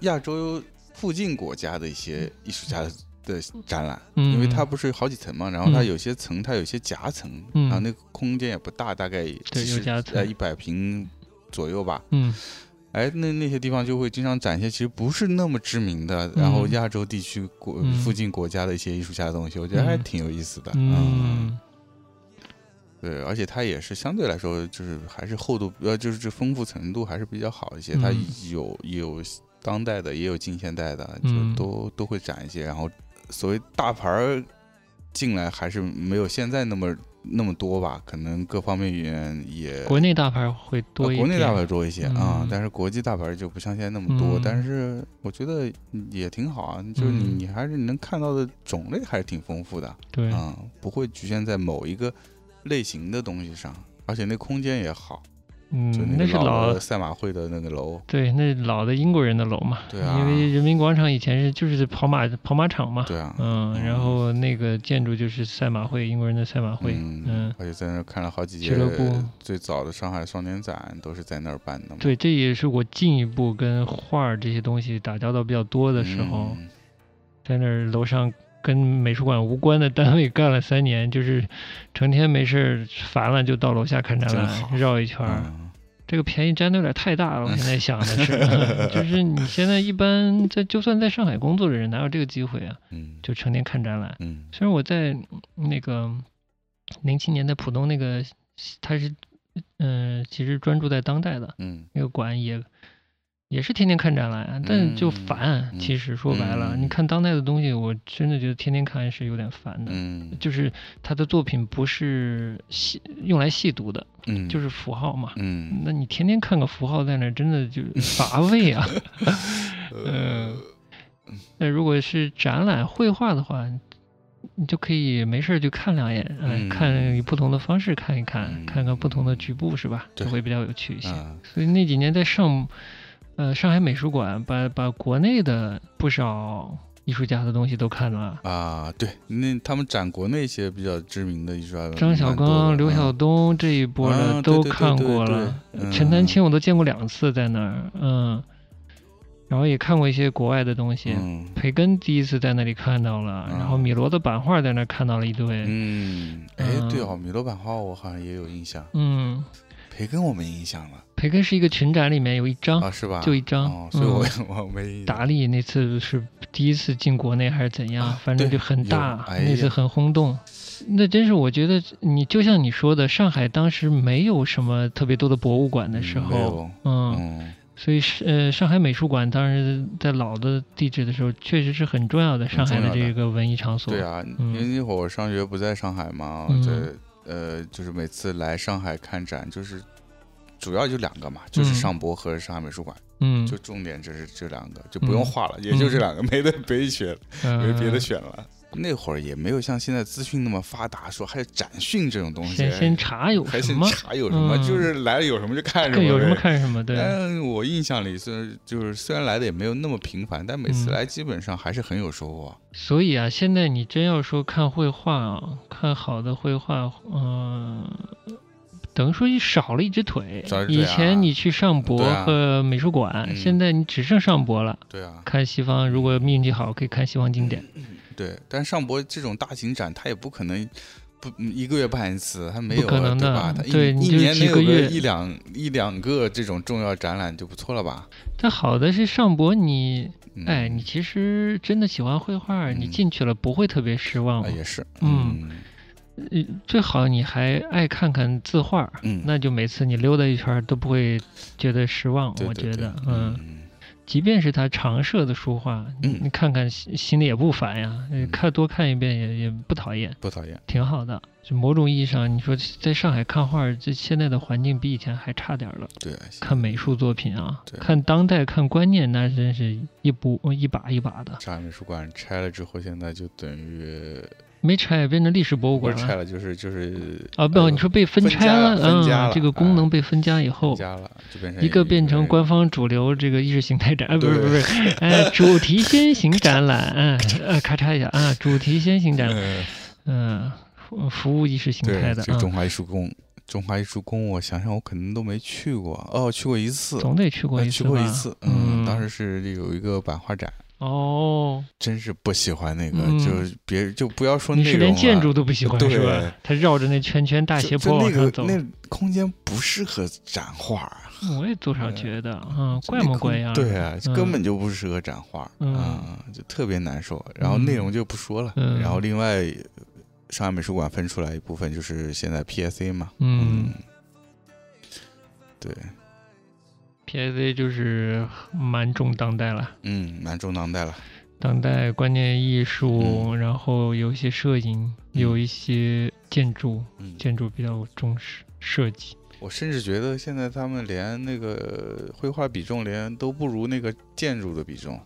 亚洲附近国家的一些艺术家的。的展览，
嗯，
因为它不是好几层嘛，然后它
嗯
有些层它有些夹层，
嗯
然后那个空间也不大，大概对
对有夹层
在一百平左右吧。
嗯
哎，那那些地方就会经常展一些其实不是那么知名的，然后
嗯
亚洲地区国、
嗯
附近国家的一些艺术家的东西，我觉得还挺有意思的。啊
嗯
对，而且它也是相对来说，就是还是厚度，呃，就是这丰富程度还是比较好一些。它
嗯
有有当代的，也有近现代的，就
嗯
都、都会展一些。然后，所谓大牌儿进来还是没有现在那么那么多吧，可能各方面语言也
国内大牌会多
呃
一点，
国内大牌多一些啊、
嗯
但是国际大牌就不像现在那么多。
嗯
但是我觉得也挺好啊，就是你、
嗯
你还是能看到的种类还是挺丰富的。
对，
啊、不会局限在某一个类型的东西上，而且那空间也好，就
嗯，
那
那
个
是
老
老
的赛马会的那个楼，
对，那老的英国人的楼嘛，
对啊
因为人民广场以前是就是跑马跑马场嘛，
对啊，
嗯，
嗯
然后那个建筑就是赛马会，英国人的赛马会，
嗯，
嗯，
而且在那儿看了好几
俱
届
乐部
最早的上海双年展都是在那儿办的嘛，
对，这也是我进一步跟画儿这些东西打交道比较多的时候，
嗯
在那儿楼上跟美术馆无关的单位干了三年，就是成天没事儿烦了就到楼下看展
真好
览，绕一圈儿。
嗯
这个便宜占的有点太大了，我 现在想的是，嗯就是你现在一般在就算在上海工作的人哪有这个机会啊？
嗯
就成天看展览。
嗯
虽然我在嗯那个零七年在浦东那个，他是嗯、其实专注在当代的，
嗯
那个馆也也是天天看展览，啊但就烦。
嗯
其实说白了，
嗯
你看当代的东西，我真的觉得天天看是有点烦的。
嗯
就是他的作品不是细用来细读的，
嗯，
就是是符号嘛。
嗯
那你天天看个符号在那儿，真的就乏 味啊。
呃
嗯，那如果是展览绘画的话，你就可以没事儿就看两眼，
嗯
嗯，看以不同的方式看一看，
嗯
看看不同的局部是吧？
对
就会比较有趣一些。
啊
所以那几年在上，呃，上海美术馆把把国内的不少艺术家的东西都看了，
啊，对，那他们展国内一些比较知名的艺术家，
张晓刚、刘晓
晓
东这一波
啊
的
对对
都
对
看
对
过
对
了，
嗯
陈丹青我都见过两次在那儿，嗯，然后也看过一些国外的东西。
嗯
培根第一次在那里看到了，然后米罗的版画在那儿看到了一堆，
嗯，哎，对哦，
嗯
米罗版画我好像也有印象，
嗯，
培根我没印象了。
培根是一个群展里面有一张，
啊，是吧？
就一张
哦，所以我、我
嗯
没
达利那次是第一次进国内还是怎样，
啊
反正
对
就很
有
大，
哎呀
那次很轰动。那真是我觉得你就像你说的，上海当时没有什么特别多的博物馆的时
没
候，
有
嗯，
嗯
所以是呃，上海美术馆当时在老的地址的时候，确实是很重要的上海
很重要的
这个文艺场所。
对啊，因
嗯
为那会儿上学不在上海嘛，
嗯
这呃，就是每次来上海看展，就是主要就两个嘛，就是
嗯
上博和上海美术馆，
嗯，
就重点就是这两个，就不用
嗯
画了，也就这两个，没得 别选，没啊别的
呃
选了。那会儿也没有像现在资讯那么发达，说还有展讯这种东西，
呃先先查有
还
什
先
么，
查有什么，
嗯
就是来了有什么就看什么
对，
呗，
有什么看什么，对，
但我印象里虽然就是虽然来的也没有那么频繁，但每次
嗯
来基本上还是很有收获。
所以啊，现在你真要说看绘画啊，看好的绘画，嗯、等于说你少了一只腿
少了。一只腿
以
啊
前你去上博
对啊
和美术馆，
嗯
现在你只剩上博了。
对啊，
看西方，如果运气好，可以看西方经
嗯
典。
对，但上博这种大型展，它也不可能不嗯一个月办一次，它没有
不可
了，
能
对
的
吧？它一
对你
一
就是
年能
几
有
个月
一两一两个这种重要展览就不错了吧？
但好的是上博你，
嗯、
哎，你其实真的喜欢绘画，
嗯
你进去了不会特别失望
啊。也是，
嗯呃最好你还爱看看字画，
嗯
那就每次你溜达一圈儿都不会觉得失望。
对
我
对
觉
对
得，嗯。即便是他常设的书画，
嗯
你看看心心里也不烦呀，呃
嗯
看多看一遍也也不讨厌，
不讨厌，
挺好的。就某种意义上，你说在上海看画，这现在的环境比以前还差点儿了。
对，
看美术作品啊
对，
看当代、看观念，那真是一步一把一把的，
上海美术馆拆了之后，现在就等于
没拆变成历史博物
不
馆
是拆了，
了。
就是就是
啊，
呃
不，你说被分拆
分家了分家
嗯
了，哎
这个功能被分家以
分
后，
家哎了，就变成
一个变成
人
官方主流这个意识形态展，哎，不是
对
不是，哎，主题先行展览，嗯，呃，咔嚓一下啊，主题先行展览，
嗯
嗯，服服务意识形
对，
态的
这个
啊，
中华艺术宫，中华艺术宫，我想想，我可能都没去过，哦，去过一次，
嗯总得去过
哎
一次
去
吧，
过一次，嗯，当
时
时是有一个版画展，
哦，
真是不喜欢那个，
嗯
就是别就不要说
你
内
是
容
连
了，
建筑都不喜欢
对
是吧？他绕着那圈圈大
就
斜
就
坡往
那
上
个
走，
那空间不适合展画，哎
我也经常觉得，嗯，怪模怪样。
对，啊，
嗯
根本就不适合展画，
嗯
啊，就特别难受。然后内容就不说了，
嗯
然后另外上海美术馆分出来一部分就是现在 PSA 嘛，
嗯
对，
，PSA 就是蛮重当代了，
嗯，蛮重当代了，
当代观念艺
嗯
术，然后有一些摄影，有一些建筑，
嗯，
建筑比较重视设计。
我甚至觉得现在他们连那个绘画比重连都不如那个建筑的比重，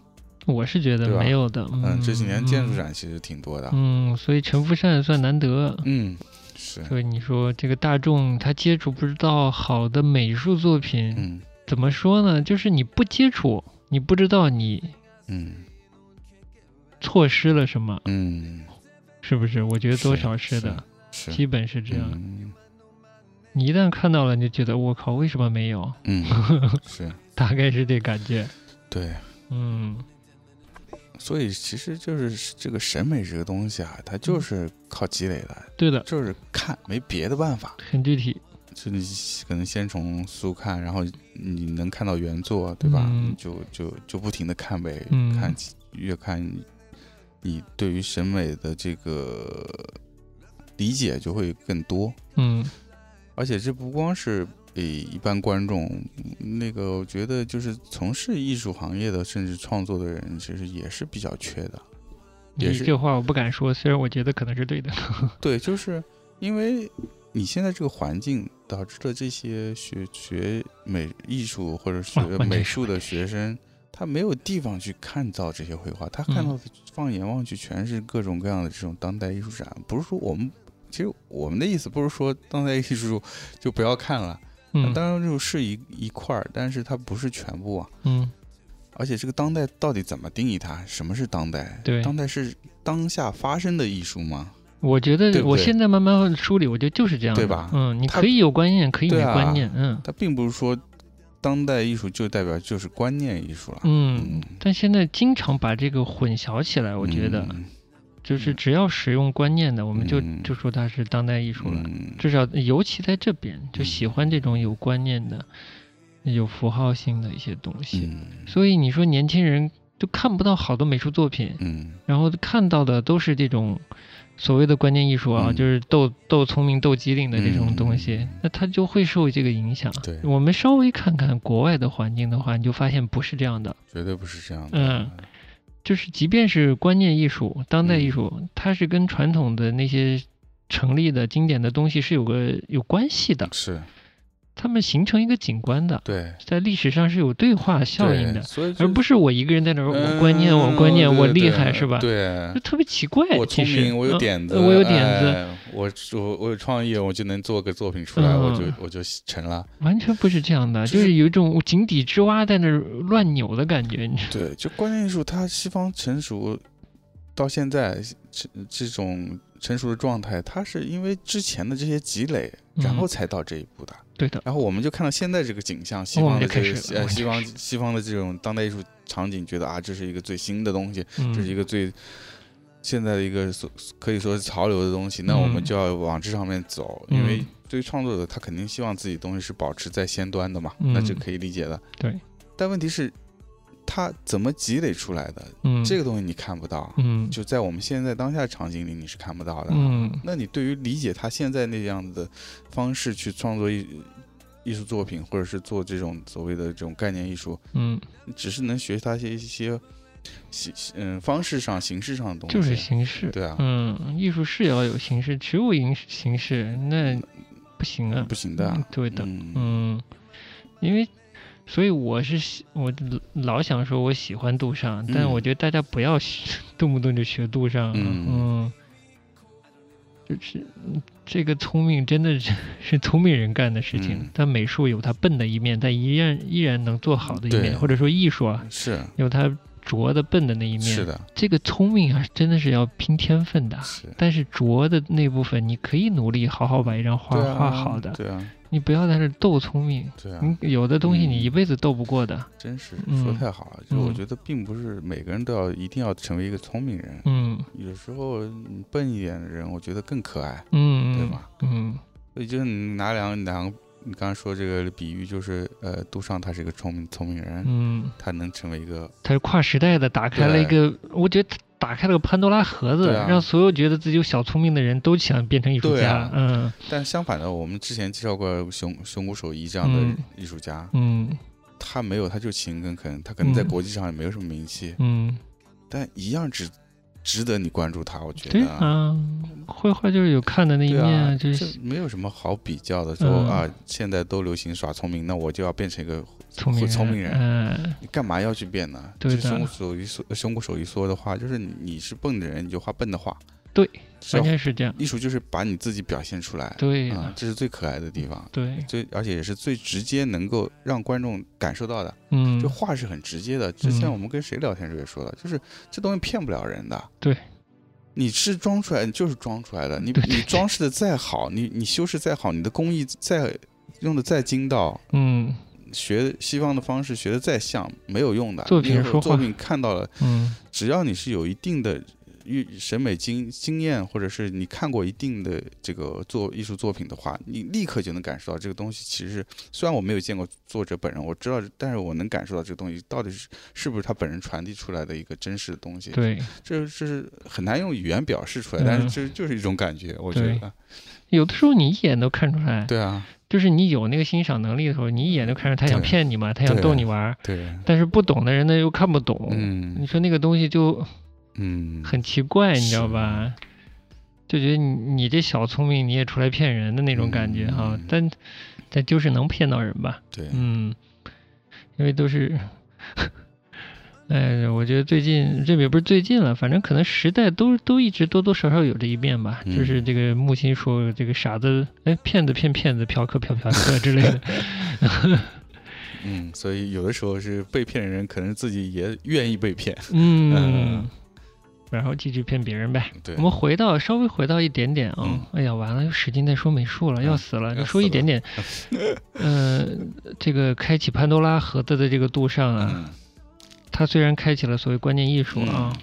我是觉
对
得
吧
没有的，
嗯，这几年建筑
嗯
展其实挺多的，
嗯，所以陈福善算难得。
嗯，是，
所以你说这个大众他接触不到好的美术作品，
嗯
怎么说呢？就是你不接触，你不知道你
嗯
错失了什么，
嗯，
是不是？我觉得多少
是
的，
是
基本是这样。
嗯
你一旦看到了，你就觉得我靠，为什么没有？
嗯，是
大概是这感觉。
对。
嗯
所以其实就是这个审美这个东西啊，它
嗯
就是靠积累的，，
对的，
就是看，没别的办法。
很具体。
就你可能先从书看，然后你能看到原作，对吧？
嗯
你就就就不停的看呗，
嗯
看越看你，你对于审美的这个理解就会更多。
嗯
而且这不光是诶一般观众，那个我觉得就是从事艺术行业的甚至创作的人，其实也是比较缺的。也
你
是
这话我不敢说，虽然我觉得可能是对的。
对，就是因为你现在这个环境导致了这些学学美艺术或者学
啊完全
美
是
术
完
的
全是
学生，他没有地方去看到这些绘画，他看到的
嗯
放眼望去全是各种各样的这种当代艺术展。不是说我们，其实我们的意思不是说当代艺术就不要看了，
嗯
啊当然就是一一块儿，但是它不是全部啊。
嗯，
而且这个当代到底怎么定义它？什么是当代？
对
当代是当下发生的艺术吗？
我觉
对
得
不
我
对
现在慢慢梳理，我觉得就是这样的。
对吧
嗯，你
他
可以有观念，可以没
对啊
观念。嗯。
它并不是说当代艺术就代表就是观念艺术了。
嗯
嗯，
但现在经常把这个混淆起来，我觉得、
嗯
就是只要使用观念的，我们就、
嗯
就说它是当代艺术了。
嗯
至少尤其在这边，就喜欢这种有观念的、有符号性的一些东西。
嗯
所以你说年轻人就看不到好的美术作品，
嗯
然后看到的都是这种所谓的观念艺术啊，
嗯
就是斗斗聪明、斗机灵的这种东西，
嗯
那他就会受这个影响。
对
我们稍微看看国外的环境的话，你就发现不是这样的。
绝对不是这样的。
嗯，就是即便是观念艺术、当代艺术，
嗯
它是跟传统的那些成立的经典的东西是有个有关系的，
是
它们形成一个景观的，
对
在历史上是有对话效应
对
的，
所以嗯
而不
是
是我一个人在那儿我观念我观念我厉害是吧？
对
就。特别奇怪，
我
其
聪
实
明，我有
嗯
点子，
呃我有点子，
哎我我我有创意，我就能做个作品出来，
嗯
我就我就成了。
完全不是这样的，
就
就是是有一种井底之蛙在那儿乱扭的感觉，你知
对，就观念艺术，它西方成熟到现在这这种成熟的状态，它是因为之前的这些积累，然后
嗯
才到这一步的。
对的，
然后我们就看到现在这个景象，西
我
方的
们就
这
开
个
始了
呃
我们
西
就
方
开
西方的这种当代艺术场景，觉得啊，这是一个最新的东西，
嗯
这是一个最现在的一个所可以说是潮流的东西。那我们
嗯
就要往这上面走，因为
嗯
对于创作者，他肯定希望自己东西是保持在先端的嘛，
嗯
那这可以理解的。
对，
但问题是，他怎么积累出来的？
嗯
这个东西你看不到，
嗯
就在我们现在当下的场景里你是看不到的。
嗯
那你对于理解他现在那样子的方式去创作艺艺术作品，或者是做这种所谓的这种概念艺术，
嗯，
你只是能学习他一些一些形嗯方式上、形式上的东西，
就是形式，
对啊，
嗯，艺术是要有形式，只有形形式那不行啊，
不行的啊，
嗯对的，
嗯
嗯，因为所以我是喜我老想说我喜欢杜尚，但
嗯
我觉得大家不要学动不动就学杜尚啊，
嗯
嗯，就是嗯这个聪明真的是是聪明人干的事情，
嗯
但美术有它笨的一面，但依然依然能做好的一
对
面，或者说艺术啊
是
有它拙的笨的那一面，
是的，
这个聪明啊，真的是要拼天分的。
是
但是拙的那部分，你可以努力好好把一张画
对啊
画好的，
对啊，
你不要在这儿斗聪明。
对啊，
你有的东西
嗯
你一辈子斗不过的。
真是
嗯
说太好了，就是我
嗯
觉得并不是每个人都要一定要成为一个聪明人，
嗯
有时候你笨一点的人，我觉得更可爱，
嗯
对
嗯
吧？
嗯
所以就是你拿两两你刚刚说这个比喻，就是呃，杜尚他是一个聪明聪明人，
嗯，
他能成为一个
他是跨时代的，打开了一个，我觉得他打开了个潘多拉盒子，
对啊
让所有觉得自己有小聪明的人都想变成艺术
对
家。
啊
嗯
但相反的，我们之前介绍过熊熊谷守一这样
嗯
的艺术家，
嗯
他没有，他就勤恳恳，他可能在
嗯
国际上也没有什么名气，
嗯，
但一样值值得你关注他。我觉
对
得啊，
啊，绘画就是有看的那一
对
面，
啊，
就
这
是
没有什么好比较的。说
嗯
啊，现在都流行耍聪明，那我就要变成一个，
聪明人，
聪明人
嗯，
你干嘛要去变呢？
对
就
的
熊谷守一说，熊谷守一说的话，就是你你是笨的人，你就画笨的画。
对，
是
完全是这啊样。
艺术就是把你自己表现出来。
对啊
啊，这是最可爱的地方。
对，
最而且也是最直接能够让观众感受到的，
嗯
这，话是很直接的。之前
嗯
我们跟谁聊天时候也说了，就是这东西骗不了人的。
对，
你是装出来，你就是装出来的。你
对对
你装饰的再好，你你修饰再好，你的工艺再用的再精到，
嗯
学西方的方式学的再像，没有用的。
作品
你有时候
说话
作品看到了，
嗯
只要你是有一定的。预审美经经验，或者是你看过一定的这个作艺术作品的话，你立刻就能感受到这个东西其实是虽然我没有见过作者本人，我知道，但是我能感受到这个东西到底是是不是他本人传递出来的一个真实的东西。，
对。
这这是很难用语言表示出来，
嗯
但是这就是一种感觉，我觉得。
有的时候你一眼都看出来，
对啊，
就是你有那个欣赏能力的时候，你一眼就看出来他想
对
骗你嘛，他想
对
逗你玩儿。
对，
但是不懂的人呢又看不懂，
嗯
哦你说那个东西就
嗯，
很奇怪，你知道
是
吧？就觉得你你这小聪明你也出来骗人的那种感觉哈，
嗯
但但就是能骗到人吧，
对，
嗯，因为都是， 哎，我觉得最近这也不是最近了，反正可能时代都都一直多多少少有这一面吧，
嗯
就是这个木心说这个傻子哎骗子骗骗子，嫖客嫖嫖客之 类的，
嗯，所以有的时候是被骗的人，可能自己也愿意被骗。
嗯，然后继续骗别人呗。
对
我，们回到稍微回到一点点啊、
嗯
哎呀，完了，又使劲在说美术了，
嗯
要死了！
要
你说一
死了
点点，呃，这个开启潘多拉盒子的这个杜尚啊，
嗯
他虽然开启了所谓观念艺术啊，
嗯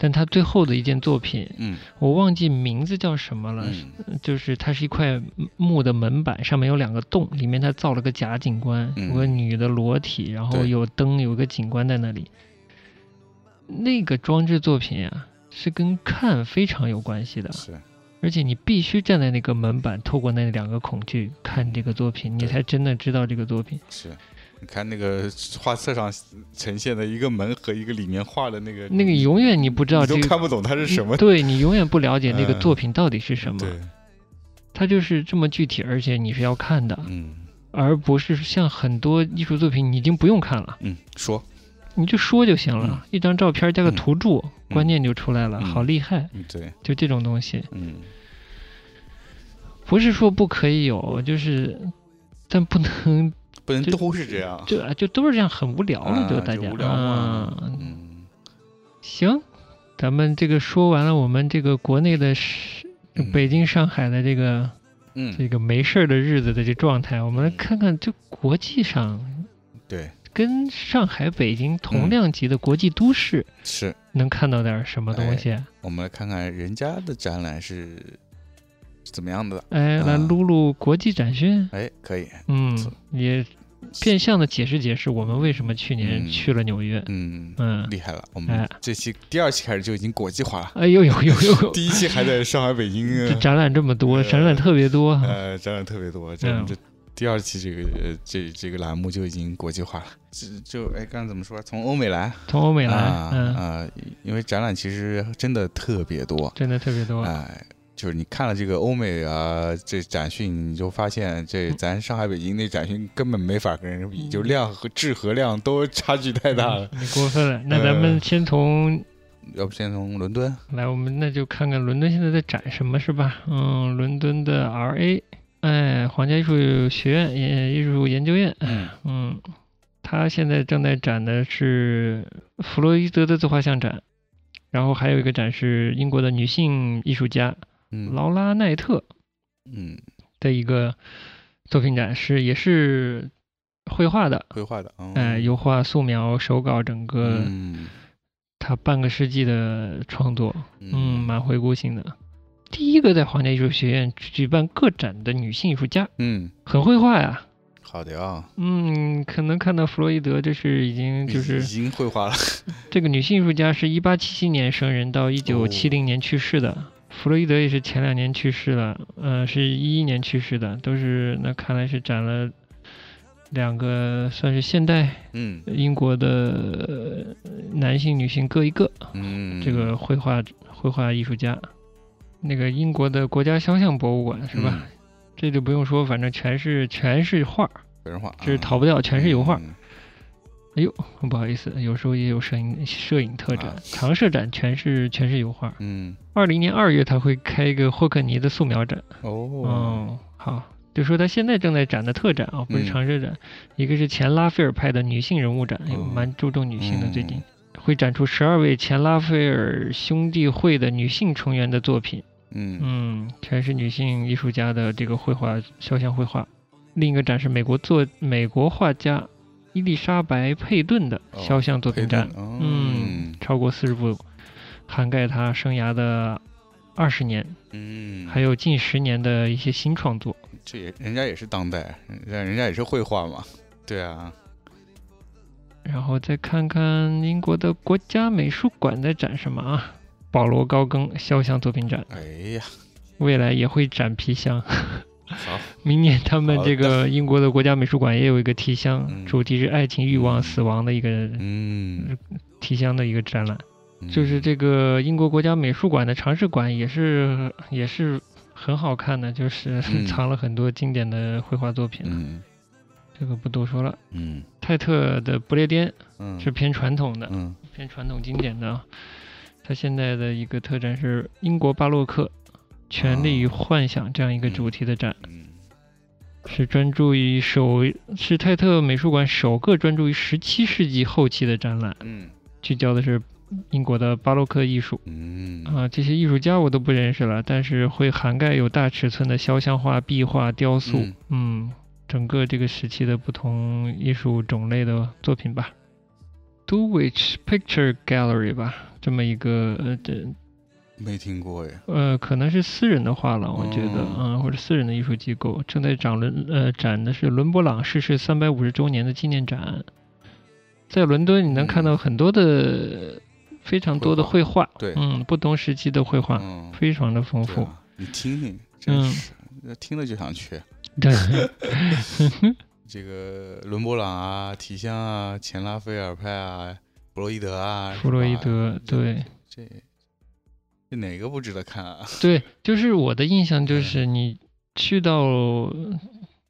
但他最后的一件作品，
嗯
我忘记名字叫什么了，
嗯
就是它是一块木的门板，上面有两个洞，里面他造了个假景观，
嗯
有个女的裸体，然后
对
有灯，有个景观在那里。那个装置作品啊，是跟看非常有关系的，
是，
而且你必须站在那个门板，透过那两个孔去看这个作品，你
对
才真的知道这个作品。
是，你看那个画册上呈现的一个门和一个里面画的那个
那个永远你不知道这
你都
个
看不懂它是什么。
对你永远不了解那个
嗯
作品到底是什么，
对，
它就是这么具体，而且你是要看的，
嗯
而不是像很多艺术作品你已经不用看了。
嗯，说，
你就说就行了，一张照片加个图注，
嗯
观念就出来了，
嗯
好厉害！
嗯对，
就这种东西，
嗯
不是说不可以有，就是但不能
不能
就
都是这样。
就就都是这样，很无聊了，
啊
就大家
就无聊嘛
嗯
嗯
行，咱们这个说完了，我们这个国内的是
嗯
北京、上海的这个、
嗯，
这个没事儿的日子的这状态，我们来
嗯
看看这国际上
对，
跟上海、北京同量级的国际都市。
是
能看到点儿什么东西？啊
我们来看看人家的展览是怎么样的。
哎，来
啊
录录国际展讯。
哎，可以，
嗯
错，
也变相的解释解释我们为什么去年
嗯
去了纽约。
嗯，
嗯，
厉害了，我
哎
们这期第二期开始就已经国际化 了，
哎呦呦呦呦 呦，
第一期还在上海、北京，
这展览这么多，展览特别多。
呃，展览特别多，这
啊嗯
这第二期这个呃这这个栏目就已经国际化了，这就哎刚才怎么说？从欧美来，
从欧美来，
啊
嗯，
啊，因为展览其实真的特别多，
真的特别多。
哎。就是你看了这个欧美啊，这展讯，你就发现
嗯
这咱上海、北京那展讯根本没法跟人比，就量和质和量都差距太大了。
你过分了，那咱
呃
们先从、
要不先从伦敦，
来，我们那就看看伦敦现在在展什么，是吧？嗯，伦敦的 RA，哎，皇家艺术学院也艺术研究院，
嗯
嗯，他现在正在展的是弗洛伊德的自画像展，然后还有一个展是英国的女性艺术家
嗯
劳拉奈特
嗯，
的一个作品展，是也是绘画的，
绘画的，嗯
哎，油画、素描、手稿，整个
嗯
他半个世纪的创作，嗯，
嗯
蛮回顾性的。第一个在皇家艺术学院举办个展的女性艺术家，
嗯，
很会画呀。
好的啊，
嗯，可能看到弗洛伊德，这是已经就
已
是
经绘画了，
这个女性艺术家是一八七七年生人，到一九七零年去世的。弗洛伊德也是前两年去世了，呃，是一一年去世的，都是那看来是展了两个，算是现代
嗯
英国的呃男性、女性各一个。
嗯，
这个绘画绘画艺术家，那个英国的国家肖像博物馆是吧？
嗯？
这就不用说，反正全是全是画儿，
本人画，啊
这是逃不掉，全是油画儿。
嗯，
不好意思，有时候也有摄影摄影特展
啊，
常设展全是全是油画儿。
嗯，
二零年二月他会开一个霍克尼的素描展，
哦，
嗯，好。就说他现在正在展的特展啊，不是
嗯
常设展，一个是前拉斐尔派的女性人物展，也
哦
蛮注重女性的。最近
嗯
会展出十二位前拉斐尔兄弟会的女性成员的作品，
嗯
嗯，全是女性艺术家的这个绘画肖像绘画。另一个展是美国作美国画家伊丽莎白·佩顿的
哦
肖像作品展，
嗯
超过四十部，涵盖她生涯的二十年，
嗯，
还有近十年的一些新创作。
这也人家也是当代，人家人家也是绘画嘛，对啊，
然后再看看英国的国家美术馆在展什么啊？保罗·高更肖像作品展，
哎呀，
未来也会展皮箱。
好，
明年他们
好
这
的
个英国的国家美术馆也有一个提香，
嗯
主题是爱情、欲望、
嗯
死亡的一个
嗯，
提香的一个展览。
嗯
就是这个英国国家美术馆的常设馆也是也是很好看的，就是
嗯
藏了很多经典的绘画作品了。
嗯
这个不多说了。
嗯
泰特的不列颠
嗯
是偏传统的，
嗯
偏传统经典的啊。它现在的一个特展是英国巴洛克。权力与
哦
幻想这样一个
嗯
主题的展，
嗯
是专注于首是泰特美术馆首个专注于十七世纪后期的展览，
嗯
聚焦的是英国的巴洛克艺术
嗯
啊、这些艺术家我都不认识了，但是会涵盖有大尺寸的肖像画、壁画、雕塑，
嗯
嗯整个这个时期的不同艺术种类的作品吧。Dulwich Picture Gallery 吧，这么一个呃这
没听过哎，
呃，可能是私人的画廊，我觉得，
哦
嗯、或者私人的艺术机构正在展伦呃展的是伦勃朗逝世三百五十周年的纪念展，在伦敦你能
嗯
看到很多的、非常多的
绘
绘画，
对
嗯，不同时期的绘画，
嗯，
非常的丰
对
富，嗯
啊你听听，真是听了就想去。
对，
这个伦勃朗啊、提香啊、前拉斐尔派啊、弗洛伊德啊，
弗洛伊
是吧，
德，对
这这哪个不值得看啊？
对，就是我的印象就是你去到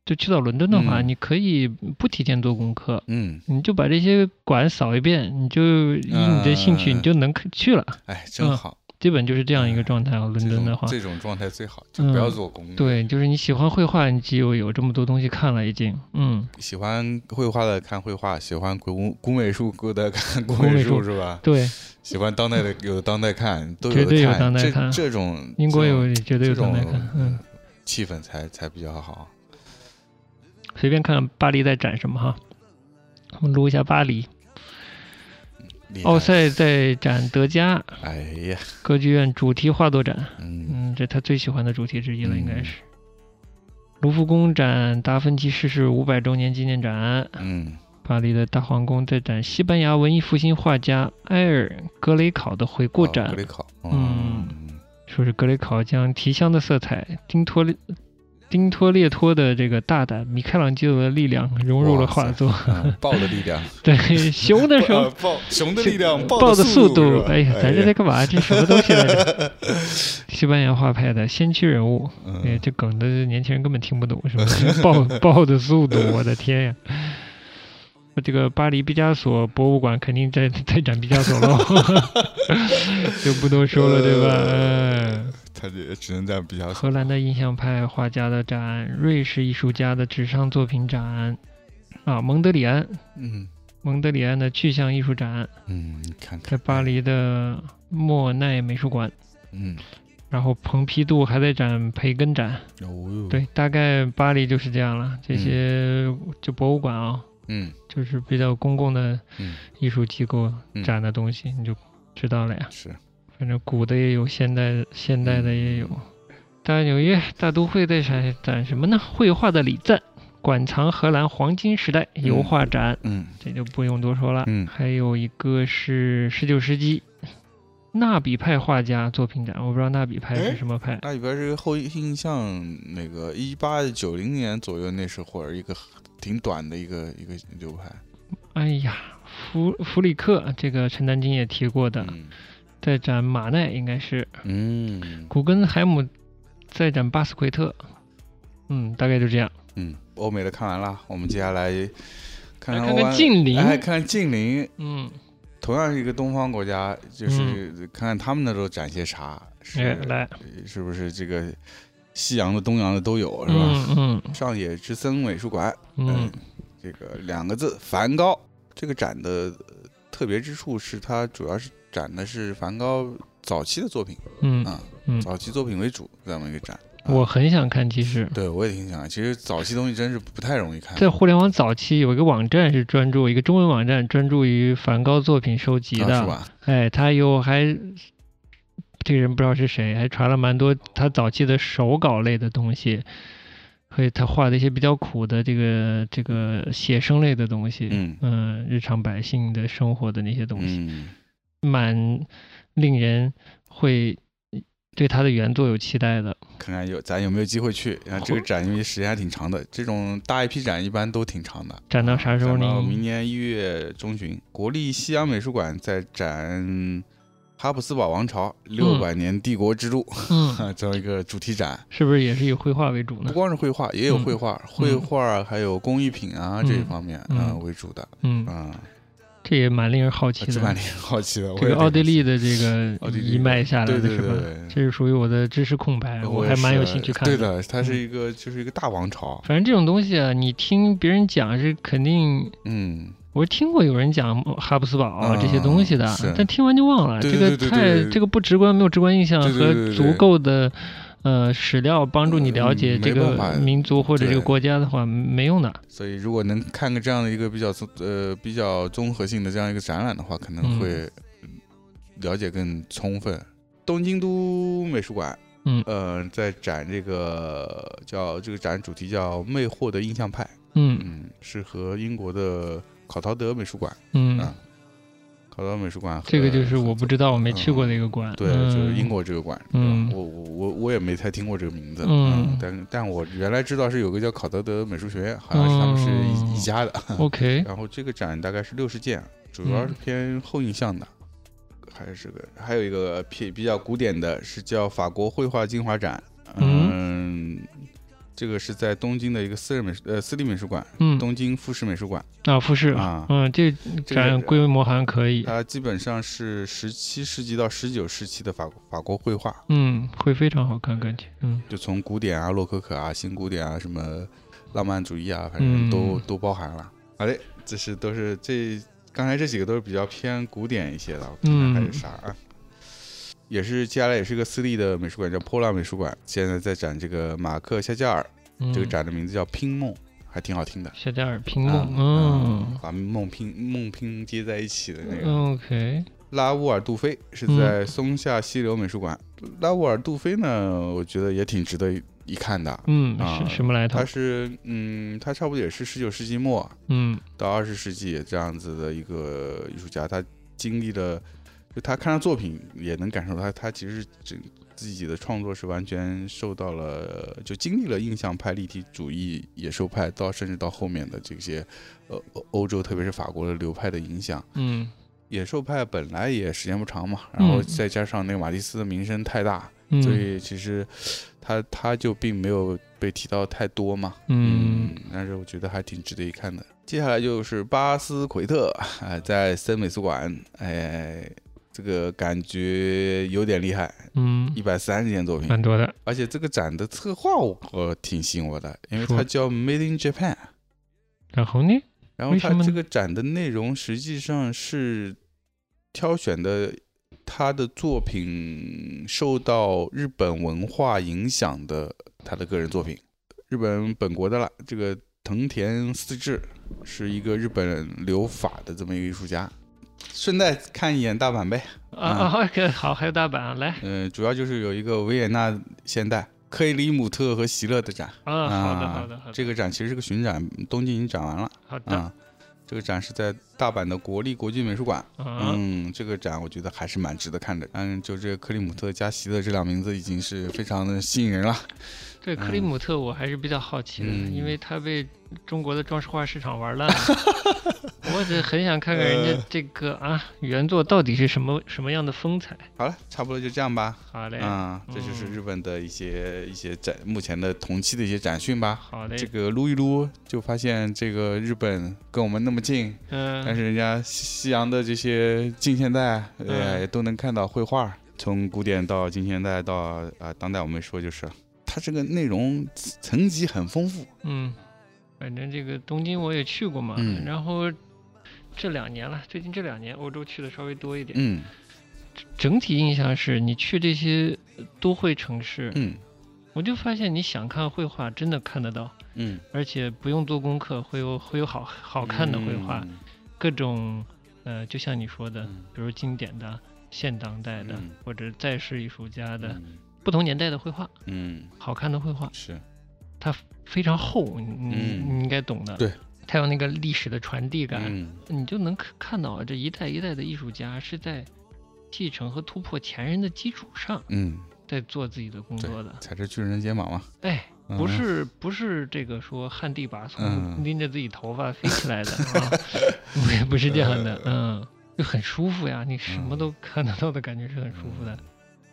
就去到伦敦的话，
嗯
你可以不提前做功课。
嗯，
你就把这些馆扫一遍，你就以你的兴趣，
嗯
你就能去了。
哎，真好，
基本就是这样一个状态啊。伦
这
敦的
种
话，嗯
这种状态最好，就不要做攻略。，
对，就是你喜欢绘画，你就有这么多东西看了，已经。嗯，
喜欢绘画的看绘画，喜欢古古美术的看古
古美
美
术
术是吧？
对，
喜欢当代的有的当代看，都
绝
有
对有
的
当代
这
看
这种
英国
这种
有绝对有
这
当代
种
看，嗯，
气氛才才比较好。
随便看巴黎在展什么哈。我们撸一下巴黎，
厉害
奥，赛在展德加
哎呀，
歌剧院主题画作展，
嗯
嗯，这他最喜欢的主题之一了，应该是。卢浮宫展达芬奇逝世五百周年纪念展，
嗯
巴黎的大皇宫在展西班牙文艺复兴画家埃尔·格雷考的回顾
哦
展
格，里考，
嗯说是格雷考将提香的色彩、丁托列丁托列托的这个大胆、米开朗基罗的力量融入了画作。
嗯，豹的力 量，
对，熊的时
呃
候，
豹熊的力量，
豹
的
的速
度
度
是，吧，
哎呀，咱这在干嘛？这什么东西来着？ 西班牙画派的先驱人物，哎，
嗯
这梗的年轻人根本听不懂， 什么豹豹的速度，我的天呀！这个巴黎毕加索博物馆肯定在在展毕加索喽，就不多说了，对吧？嗯。
他这只能在比较
荷兰的印象派画家的展，瑞士艺术家的纸上作品展，啊，蒙德里安，
嗯
蒙德里安的具象艺术展
嗯，你看看
在巴，黎的莫奈美术馆，
嗯，
然后蓬皮杜还在展培根展，
哦哟，，
对，大概巴黎就是这样了。这些就博物馆啊，
嗯
就是比较公共的
嗯
艺术机构
嗯
展的东西，你就知道了呀。
是，
反正古的也有，现代现代
嗯
的也有。大纽约大都会在展展什么呢？绘画的礼赞，馆藏荷兰黄金时代油画展，
嗯
这就不用多说了。
嗯
还有一个是十九世纪纳比派画家作品展，我不知道纳比派
哎
是什么派。
那里边是后印象那个一八九零年左右那时候儿一个挺短的一个一个流派，
哎呀，弗弗里克这个陈丹青也提过的，
嗯
在展马奈应该是
嗯
古根海姆在展巴斯奎特，嗯，大概就这样。
嗯，欧美的看完了，我们接下来看看
来看
欧
看
安
近邻，
哎，看近邻，
嗯，
同样是一个东方国家，就是看看他们那都展些啥，
哎
是
来，
是不是这个西洋的、东洋的都有，是吧？
嗯嗯
上野之森美术馆，哎
嗯，
这个两个字梵高。这个展的呃特别之处是，它主要是展的是梵高早期的作品，
嗯
啊，
嗯，
早期作品为主这么一个展。啊
我很想看，其实，
对我也挺想，其实早期东西真是不太容易看。
在互联网早期有一个网站是专注一个中文网站，专注于梵高作品收集
啊
的，
是吧？
哎，他又还这个人不知道是谁，还传了蛮多他早期的手稿类的东西，和他画的一些比较苦的这个这个写生类的东西，
嗯
嗯日常百姓的生活的那些东西，
嗯，
蛮令人会对他的原作有期待的。
看看有咱有没有机会去。然后这个展因为时间还挺长的，这种大 IP 展一般都挺长的。
展到啥时候
啊展到
呢？
明年一月中旬，国立西洋美术馆在展《哈布斯堡王朝六百年帝国之路》
嗯，
这么一个主题展。
是不是也是以绘画为主
不
呢？
光是绘画，也有绘画，绘画还有工艺品啊、
嗯
这一方面啊、
嗯
为主的
嗯，
啊，
这也蛮令人好奇
这
的。
蛮令人 好奇的。我
这
也
个
挺
奥地利的这个
奥地利
一脉下来
对
的
对
是
对
吧？
对，
这是属于我的知识空白，
我
还
也
蛮有
是
兴趣看嗯
对。的，它是一个、就是一个大王朝，
反正这种东西啊，你听别人讲是肯定，
嗯，
我听过有人讲哈布斯堡、啊
嗯
这些东西的
是，啊
但听完就忘了。
对
这个
对对对对
太
对
这个不直观，没有直观印象
对对对对
和
对
足够的呃史料帮助你了解
嗯
这
没办
个
法
民族或者这个
对
国家的话，没用的。
所以如果能看个这样的一个比较综呃比较综合性的这样一个展览的话，可
嗯
能会了解更充分。东京都美术馆，
嗯
呃，在展这个叫这个展主题叫“魅惑的印象派”，
嗯
嗯，是和英国的考陶德美术馆，
嗯
啊，考陶德美术馆和，
这个就是我不知道，我没去过的一个馆。
对，
嗯
就是英。国这个馆，
嗯
我我我我也没太听过这个名字，
嗯
但但我原来知道是有个叫考德德美术学院，好像是他们是
哦
一一家的。
OK，
然后这个展大概是六十件，
嗯
主要是偏后印象的，还是个还有一个偏比较古典的，是叫法国绘画精华展，嗯，这个是在东京的一个私人美术呃私立美术馆，
嗯，
东京富士美术馆，
啊，复试，
啊
嗯，这
这个啊
展规模还可以，
它基本上是十七世纪到十九世纪的法国法国绘画，
嗯，会非常好看，感觉，嗯
就从古典啊、洛可可啊、新古典啊、什么浪漫主义啊，反正都、
嗯
都包含了。好嘞，这是都是这刚才这几个都是比较偏古典一些的，我看看
嗯
还有啥啊？也是接下来也是个私立的美术馆，叫波浪美术馆，现在在展这个马克夏加尔，
嗯，
这个展的名字叫《拼梦》，还挺好听的。
夏加尔拼
啊
梦，嗯
把梦拼梦拼接在一起的那个。
，OK，
拉乌尔杜菲是
嗯
在松下溪流美术馆。拉乌尔杜菲呢，我觉得也挺值得一看的。
嗯，
啊
是什么来头
它？是，嗯，它差不多也是十九世纪末
嗯
到二十世纪这样子的一个艺术家，他经历了，就他看到作品也能感受到他，他其实整自己的创作是完全受到了，就经历了印象派、立体主义、野兽派，到甚至到后面的这些，呃，欧欧洲特别是法国的流派的影响。
嗯
野兽派本来也时间不长嘛，然后
嗯
再加上那个马蒂斯的名声太大，
嗯，
所以其实他他就并没有被提到太多嘛。
嗯，
但是我觉得还挺值得一看的。接下来就是巴斯奎特，哎，在森美术馆，哎，这个感觉有点厉害，
嗯
一，百三十件作品，
蛮多的，
而且这个展的策划我我挺吸引我的，因为
说
它叫 Made in Japan。
然后呢？
然后
为
它
什么呢
这个展的内容实际上是挑选的他的作品受到日本文化影响的他的个人作品，日本本国的啦。这个藤田四治是一个日本留法的这么一个艺术家，顺带看一眼大阪呗。
啊啊，OK，好，还有大阪来
呃，主要就是有一个维也纳现代克里姆特和席勒的展
啊，好的好的好的
这个展其实是个巡展，东京已经展完了
好的
啊。这个展是在大阪的国立国际美术馆。
啊，
嗯，这个展我觉得还是蛮值得看的。嗯，就这克里姆特加席勒这两名字已经是非常的吸引人了。
这克里姆特我还是比较好奇的，
嗯
因为他被中国的装饰画市场 玩烂了，我只很想看看
呃
人家这个啊原作到底是什么什么样的风采。
好了，差不多就这样吧。
好嘞，
啊、这就是
嗯
日本的一些一些展，目前的同期的一些展讯吧。
好嘞
这，个撸一撸，就发现这个日本跟我们那么近，但
嗯，
是人家西西洋的这些近现代，呃，
嗯
都能看到绘画，从古典到近现代到啊、呃当代，我们说就是它这个内容层级很丰富。
嗯，反正这个东京我也去过嘛，
嗯
然后这两年了，最近这两年欧洲去的稍微多一点，
嗯
整体印象是你去这些都会城市，
嗯
我就发现你想看绘画真的看得到，
嗯，
而且不用做功课，会有会有好好
好
看的绘画，
嗯
各种呃，就像你说的，比如经典的、现当代的、
嗯
或者在世艺术家的、
嗯
不同年代的绘画，
嗯
好看的绘画
是
非常厚，你你、
嗯
你应该懂的。
对，
它有那个历史的传递感，
嗯
你就能看看到啊这一代一代的艺术家是在继承和突破前人的基础上，
嗯，
在做自己的工作的。
踩着巨人肩膀嘛，
哎，
嗯
不是不是这个说旱地拔葱、
嗯
拎着自己头发飞起 来的啊，我也不是这样
呃
的，嗯，就很舒服呀，你什么都看得到的感觉是很舒服
嗯
的。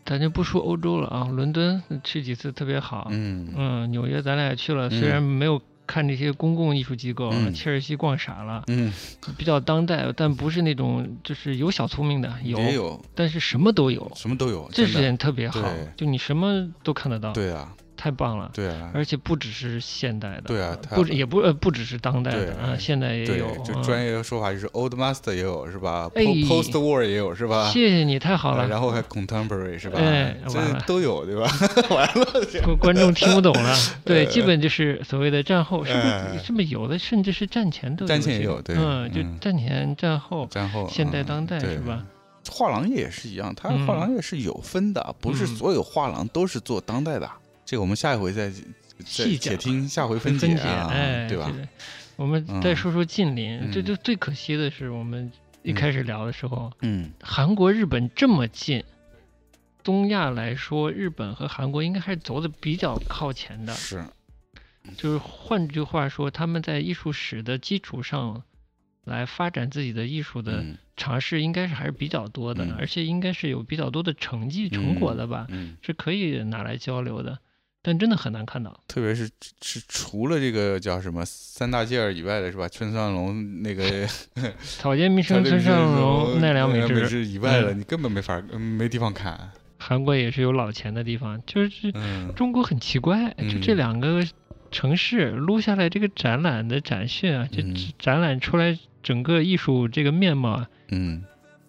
咱就不说欧洲了啊，伦敦去几次特别好，
嗯
嗯，纽约咱俩也去了，
嗯
虽然没有。看这些公共艺术机构啊，
嗯
切尔西逛傻了，
嗯，
比较当代，但不是那种就是有小聪明的，有，
也有
但是什么都有，
什么都有，
这
真的
点特别好
对，
就你什么都看得到，
对啊
太棒了。
对啊
而且不只是现代的，
对啊它
不止也不呃不只是当代
对
的啊，现代也
对
有，，
就
嗯
专业的说法就是 old master 也有是吧
哎
？po-？post war 也有是吧？
谢谢你，太好
呃
了，
然后还 contemporary 是吧？
哎完
这
了
都有 对吧？完了，这
观观众听不懂了， 对，基本就是所谓的战后，是不
哎
是是不是有的甚至是战前都有
战前
这
也
个
有对
嗯，就
嗯
战前战后
然后
现代
嗯
当代
对
是吧？
画廊业也是一样，它
嗯
画廊业是有分的，不是
嗯
所有画廊都是做当代的。这个我们下一回再再
细
且
讲
听下回
分
解
解，
啊，
哎，
对吧
这？个？我们再
嗯
说说近邻，这
嗯
就最可惜的是我们一
嗯
开始聊的时候，
嗯，
韩国、日本这么近，东亚来说，日本和韩国应该还是走的比较靠前的。
是，嗯
就是换句话说，他们在艺术史的基础上来发展自己的艺术的
嗯
尝试，应该是还是比较多的，
嗯
而且应该是有比较多的成绩成果的吧，
嗯，
是可以拿来交流的。但真的很难看到，
特别是是除了这个叫什么三大件儿以外的 是吧？村上隆那个
草间弥生、村上隆、奈良美智，
以外的，
嗯
你根本没法嗯没地方看。
韩国也是有老钱的地方，就是
嗯，
中国很奇怪，就这
嗯
两个城市撸下来这个展览的展讯啊，这
嗯
这展览出来整个艺术这个面貌啊，
嗯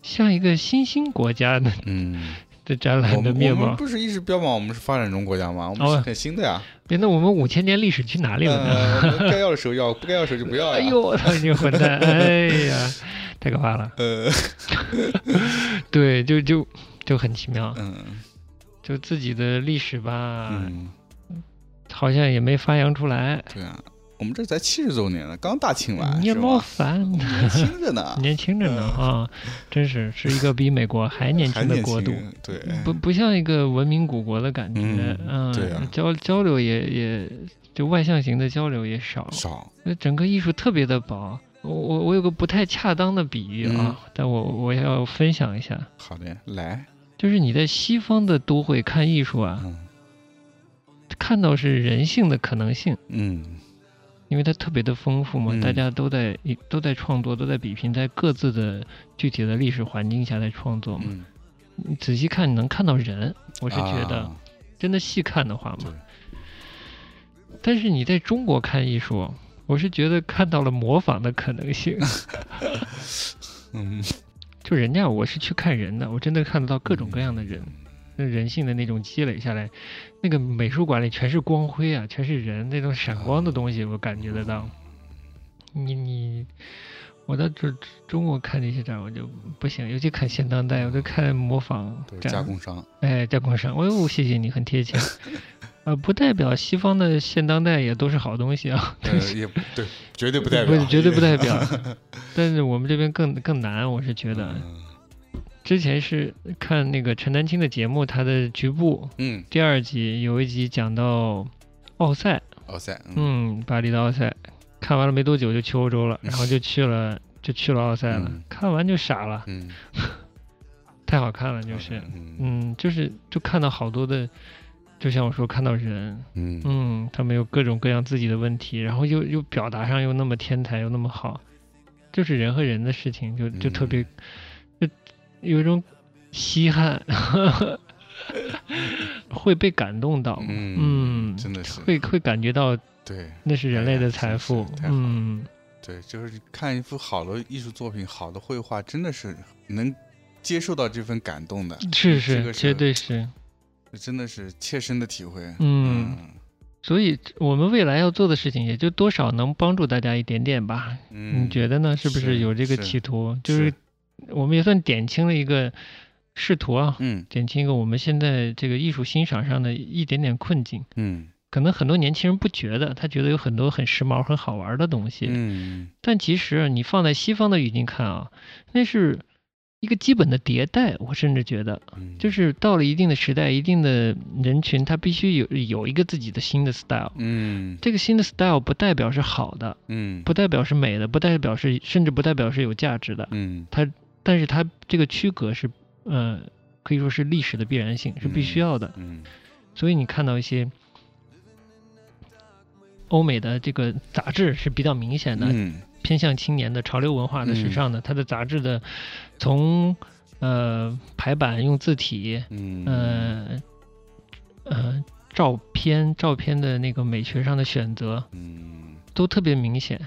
像一个新兴国家的
嗯，
的展
我
览的
们
面
我们
貌。
不是一直标榜我们是发展中国家吗？我们是
哦
很新的 呀。
哎那我们五千年历史去哪里了呢？
呃，我们该要的时候要，不该要的时候就不呃要
哎
呀。
呦，我操你个混蛋！哎呀，太 可怕了。
呃，
对，就就就很奇妙，
嗯
就自己的历史吧，
嗯，
好像也没发扬出来。
对啊，我们这才七十周年呢，刚大庆完，
聂
是
茂
吧？
凡，，
年轻着呢
年轻着呢啊，真是是一个比美国还 年
嗯还
轻的
年
国度。嗯
轻，对，
不不像一个文明古国的感觉，
嗯
嗯，
对啊
交交流也也就外向型的交流也少，
少，
那整个艺术特别的薄。我我我有个不太恰当的比喻啊，
嗯
但我我要分享一下，
好的，来，
就是你在西方的都会看艺术啊，
嗯
看到是人性的可能性，
嗯
因为它特别的丰富嘛，
嗯
大家都在都在创作，都在比拼，在各自的具体的历史环境下在创作嘛。
嗯，
你仔细看，你能看到人，我
我
是觉得，真的细看的话嘛
啊对。
但是你在中国看艺术，我是觉得看到了模仿的可 能性。
嗯，
就人家我是去看人的，我真的看得到各
嗯
种各样的人，那人性的那种积累下来，那个美术馆里全是光辉啊，全是人那种闪光的东西，我感觉得到。你你，我到中中国看这些展我就不行，尤其看现当代，我就看模仿
都是加
展，
工商。
哎，加工商，哦，谢谢你，很贴切。呃，不代表西方的现当代也都是好东西啊，
呃，也不 对，绝对不代
不
表，
是绝对不代表。 但是我们这边更更难，我是觉得。
嗯
之前是看那个陈丹青的节目，他的《局部》
嗯，
第二集有一集讲到奥赛，
奥赛，嗯
嗯，巴黎的奥赛，看完了没多久就去欧洲了，然后就去了就去了奥赛了，
嗯
看完就傻了，
嗯，
太好看了，就是，
嗯
嗯，就是就看到好多的，就像我说看到人，
嗯嗯
嗯，他们有各种各样自己的问题，然后又又表达上又那么天才又那么好，就是人和人的事情就就特别，
嗯
就有一种稀罕， 会被感动到，
嗯
嗯
真的是
会会感觉到
对
那是人类的财
哎
富
呀真是，太好了
嗯，
对，就是看一幅好的艺术作品、好的绘画，真的是能接受到这份感动的，
是
这
是
个
绝对是，
真的是切身的体会。啊
嗯，所以我们未来要做的事情也就多少能帮助大家一点点吧，
嗯，
你觉得呢？是不
是
是有这个
嗯是
企图？就是是我们也算点清了一个仕途啊，
嗯
减轻一个我们现在这个艺术欣赏上的一点点困境。
嗯
可能很多年轻人不觉得，他觉得有很多很时髦、很好玩的东西，
嗯
但其实你放在西方的语境看啊，那是一个基本的迭代。我甚至觉得，
嗯，
就是到了一定的时代、一定的人群，他必须有有一个自己的新的 style。
嗯
这个新的 style 不代表是好的，
嗯
不代表是美的，不代表是甚至不代表是有价值的，
嗯
但是它这个区隔是，呃，可以说是历史的必然性，是必须要的。
嗯
所以你看到一些欧美的这个杂志是比较明显的，
嗯
偏向青年的潮流文化的、
嗯
时尚的，它的杂志的从呃排版用字体，
嗯
呃呃照片照片的那个美学上的选择
嗯
都特别明显，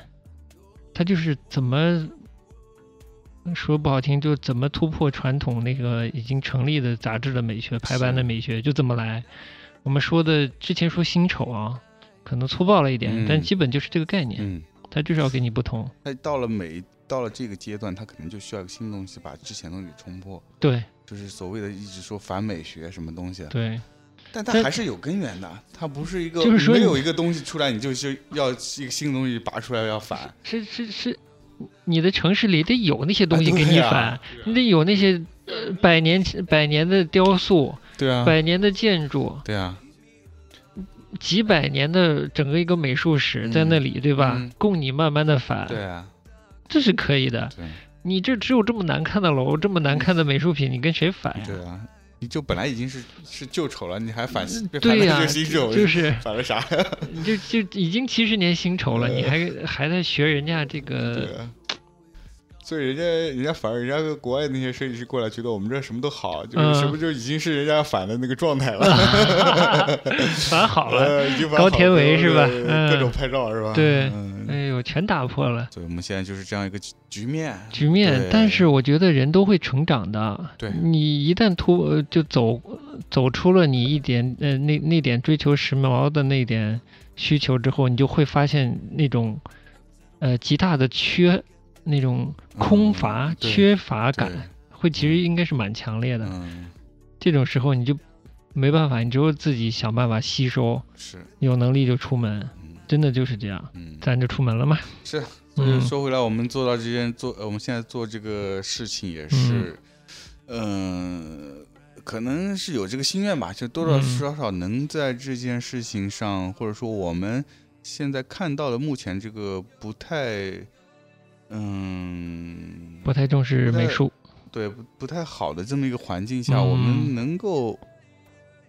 它就是怎么。嗯说不好听，就怎么突破传统那个已经成立的杂志的美学、排版的
是
美学，就这么来。我们说的之前说新丑啊，可能粗暴了一点，
嗯
但基本就是这个概念，
嗯，
它就是要给你不同。
他到了每到了这个阶段，他可能就需要一个新东西把之前东西给冲破。
对
就是所谓的一直说反美学什么东西，
对，
但它
但
还是有根源的，它不是一个
就是说
没
你
有一个东西出来，你就是要一个新东西拔出来要反，
是是是，你的城市里得有那些东西
啊
给
对
你
呀
反，你得有那些、呃、百年百年的雕塑、
对啊，
百年的建筑、
对啊，
几百年的整个一个美术史在那里，对吧？
嗯
供你慢慢的反，
对啊，
这是可以的。
对啊
你这只有这么难看的楼，这么难看的美术品，你跟谁反呀？
对啊，你就本来已经是是旧丑了，你还反反
嗯对呀、
嗯了新丑，
就是
反了啥？
你就就已经七十年新丑了，你还还在学人家这
呃 对
个，
啊。所以人家人家反而人家国外那些设计师过来，觉得我们这什么都好，就是
嗯
什么就已经是人家反的那个状态了，
反好了。
呃，已经反
高
好
田
了
唯是吧
对
嗯
各种拍照是吧？
对
嗯
哎呦，全打破了。
所以我们现在就是这样一个局局面。
局面
对，
但是我觉得人都会成长的。
对
你一旦突呃就走走出了你一点呃那那点追求时髦的那点需求之后，你就会发现那种呃极大的缺那种空乏、
嗯对
缺乏
对
感，会其实应该是蛮强烈的。
嗯，
这种时候你就没办法，你只有自己想办法吸收，
是，
有能力就出门，
嗯
真的就是这样，
嗯，
咱就出门了嘛。
是。所以
嗯
说回来，我们做到这件做，呃我们现在做这个事情也是，嗯、可能是有这个心愿吧，就多
嗯
多少少能在这件事情上，或者说我们现在看到的目前这个不太，嗯，
不太重视
不太
美术，
对不不太好的这么一个环境下，
嗯
我们能够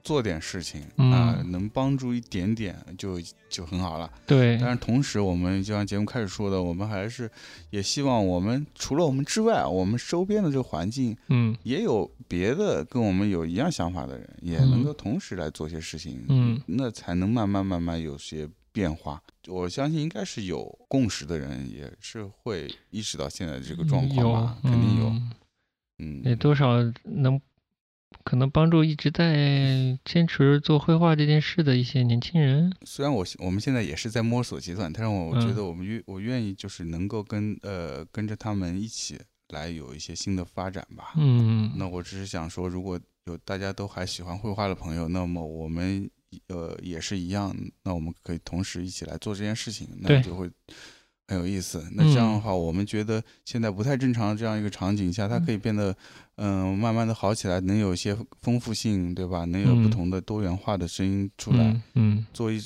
做点事情啊、
嗯
能帮助一点点就就很好了。
对，
但是同时，我们就像节目开始说的，我们还是也希望我们除了我们之外，我们周边的这个环境
嗯
也有别的跟我们有一样想法的人，也能够同时来做些事情，
嗯
那才能慢慢慢慢有些变化。我相信应该是有共识的人，也是会意识到现在这个状况吧，
嗯有
肯定有，
嗯
嗯，
也多少能可能帮助一直在坚持做绘画这件事的一些年轻人。
虽然我现我们现在也是在摸索阶段，但是我
嗯
觉得我们愿、我愿意就是能够跟呃跟着他们一起来有一些新的发展吧。
嗯，
那我只是想说，如果有大家都还喜欢绘画的朋友，那么我们呃也是一样，那我们可以同时一起来做这件事情，那
对嗯
就会很有意思。那这样的话，我们觉得现在不太正常这样一个场景下，它可以变得嗯、慢慢的好起来，能有一些丰富性，对吧？能有不
嗯
同的多元化的声音出来。
嗯嗯
做一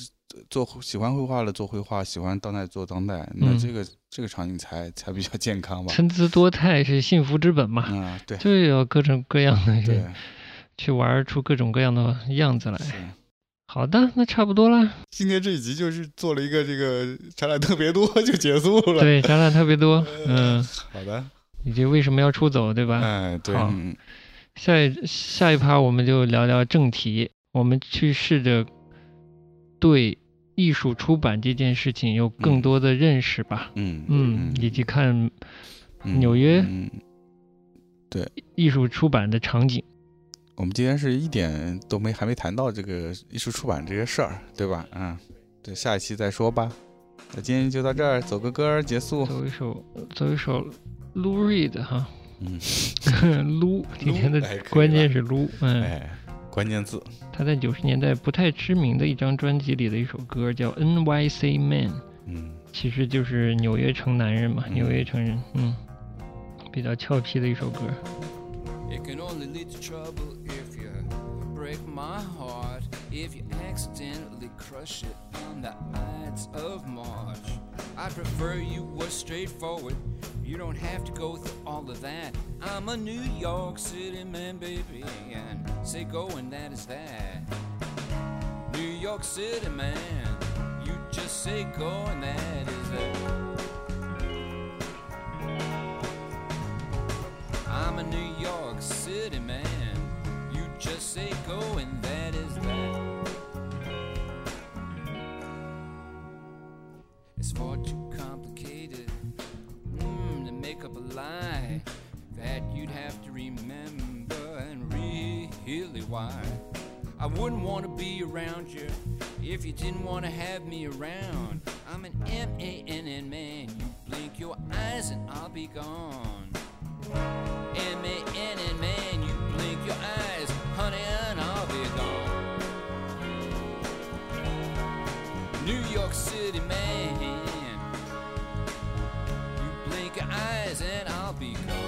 做喜欢绘画的做绘画，喜欢当代做当代，那
嗯
这个、这个场景才才比较健康吧？
参差多态是幸福之本嘛，
啊，对
就要各种各样的
对
人去玩出各种各样的样子来。
是。
好的，那差不多了。
今天这一集就是做了一个这个展览特别多 就结束了。
对，展览特别多，
呃
嗯，
好的，
以及为什么要出走，对吧？
哎，对，
好
嗯
下一下一趴我们就聊聊正题，我们去试着对艺术出版这件事情有更多的认识吧。
嗯
嗯，以及看
嗯
纽约
嗯，
艺术出版的场景。
我们今天是一点都没还没谈到这个艺术出版这些事儿，对吧？嗯，对，下一期再说吧。那今天就到这儿，走个歌儿结束。
走一首，走一首 Lou Reed 哈，
嗯，
Lou，今天的
哎可以
关键
了
是 Lou，嗯，
哎，关键字。
他在九十年代不太知名的一张专辑里的一首歌叫 NYC Man，
嗯，
其实就是纽约城男人嘛，
嗯
纽约城人，嗯，比较俏皮的一首歌。
It can only lead to trouble if you break my heart, if you accidentally crush it on the Ides of March. I prefer you were straightforward. You don't have to go through all of that. I'm a New York City man, baby, and say go and that is that. New York City man, you just say go and that is that. I'm a New York City man. You just say go, and that is that. It's far too complicated mm, to make up a lie that you'd have to remember and really why. I wouldn't want to be around you if you didn't want to have me around. I'm an M A N N man. You blink your eyes and I'll be gone. M-A-N and man, you blink your eyes, honey, and I'll be gone. New York City man, you blink your eyes and I'll be gone.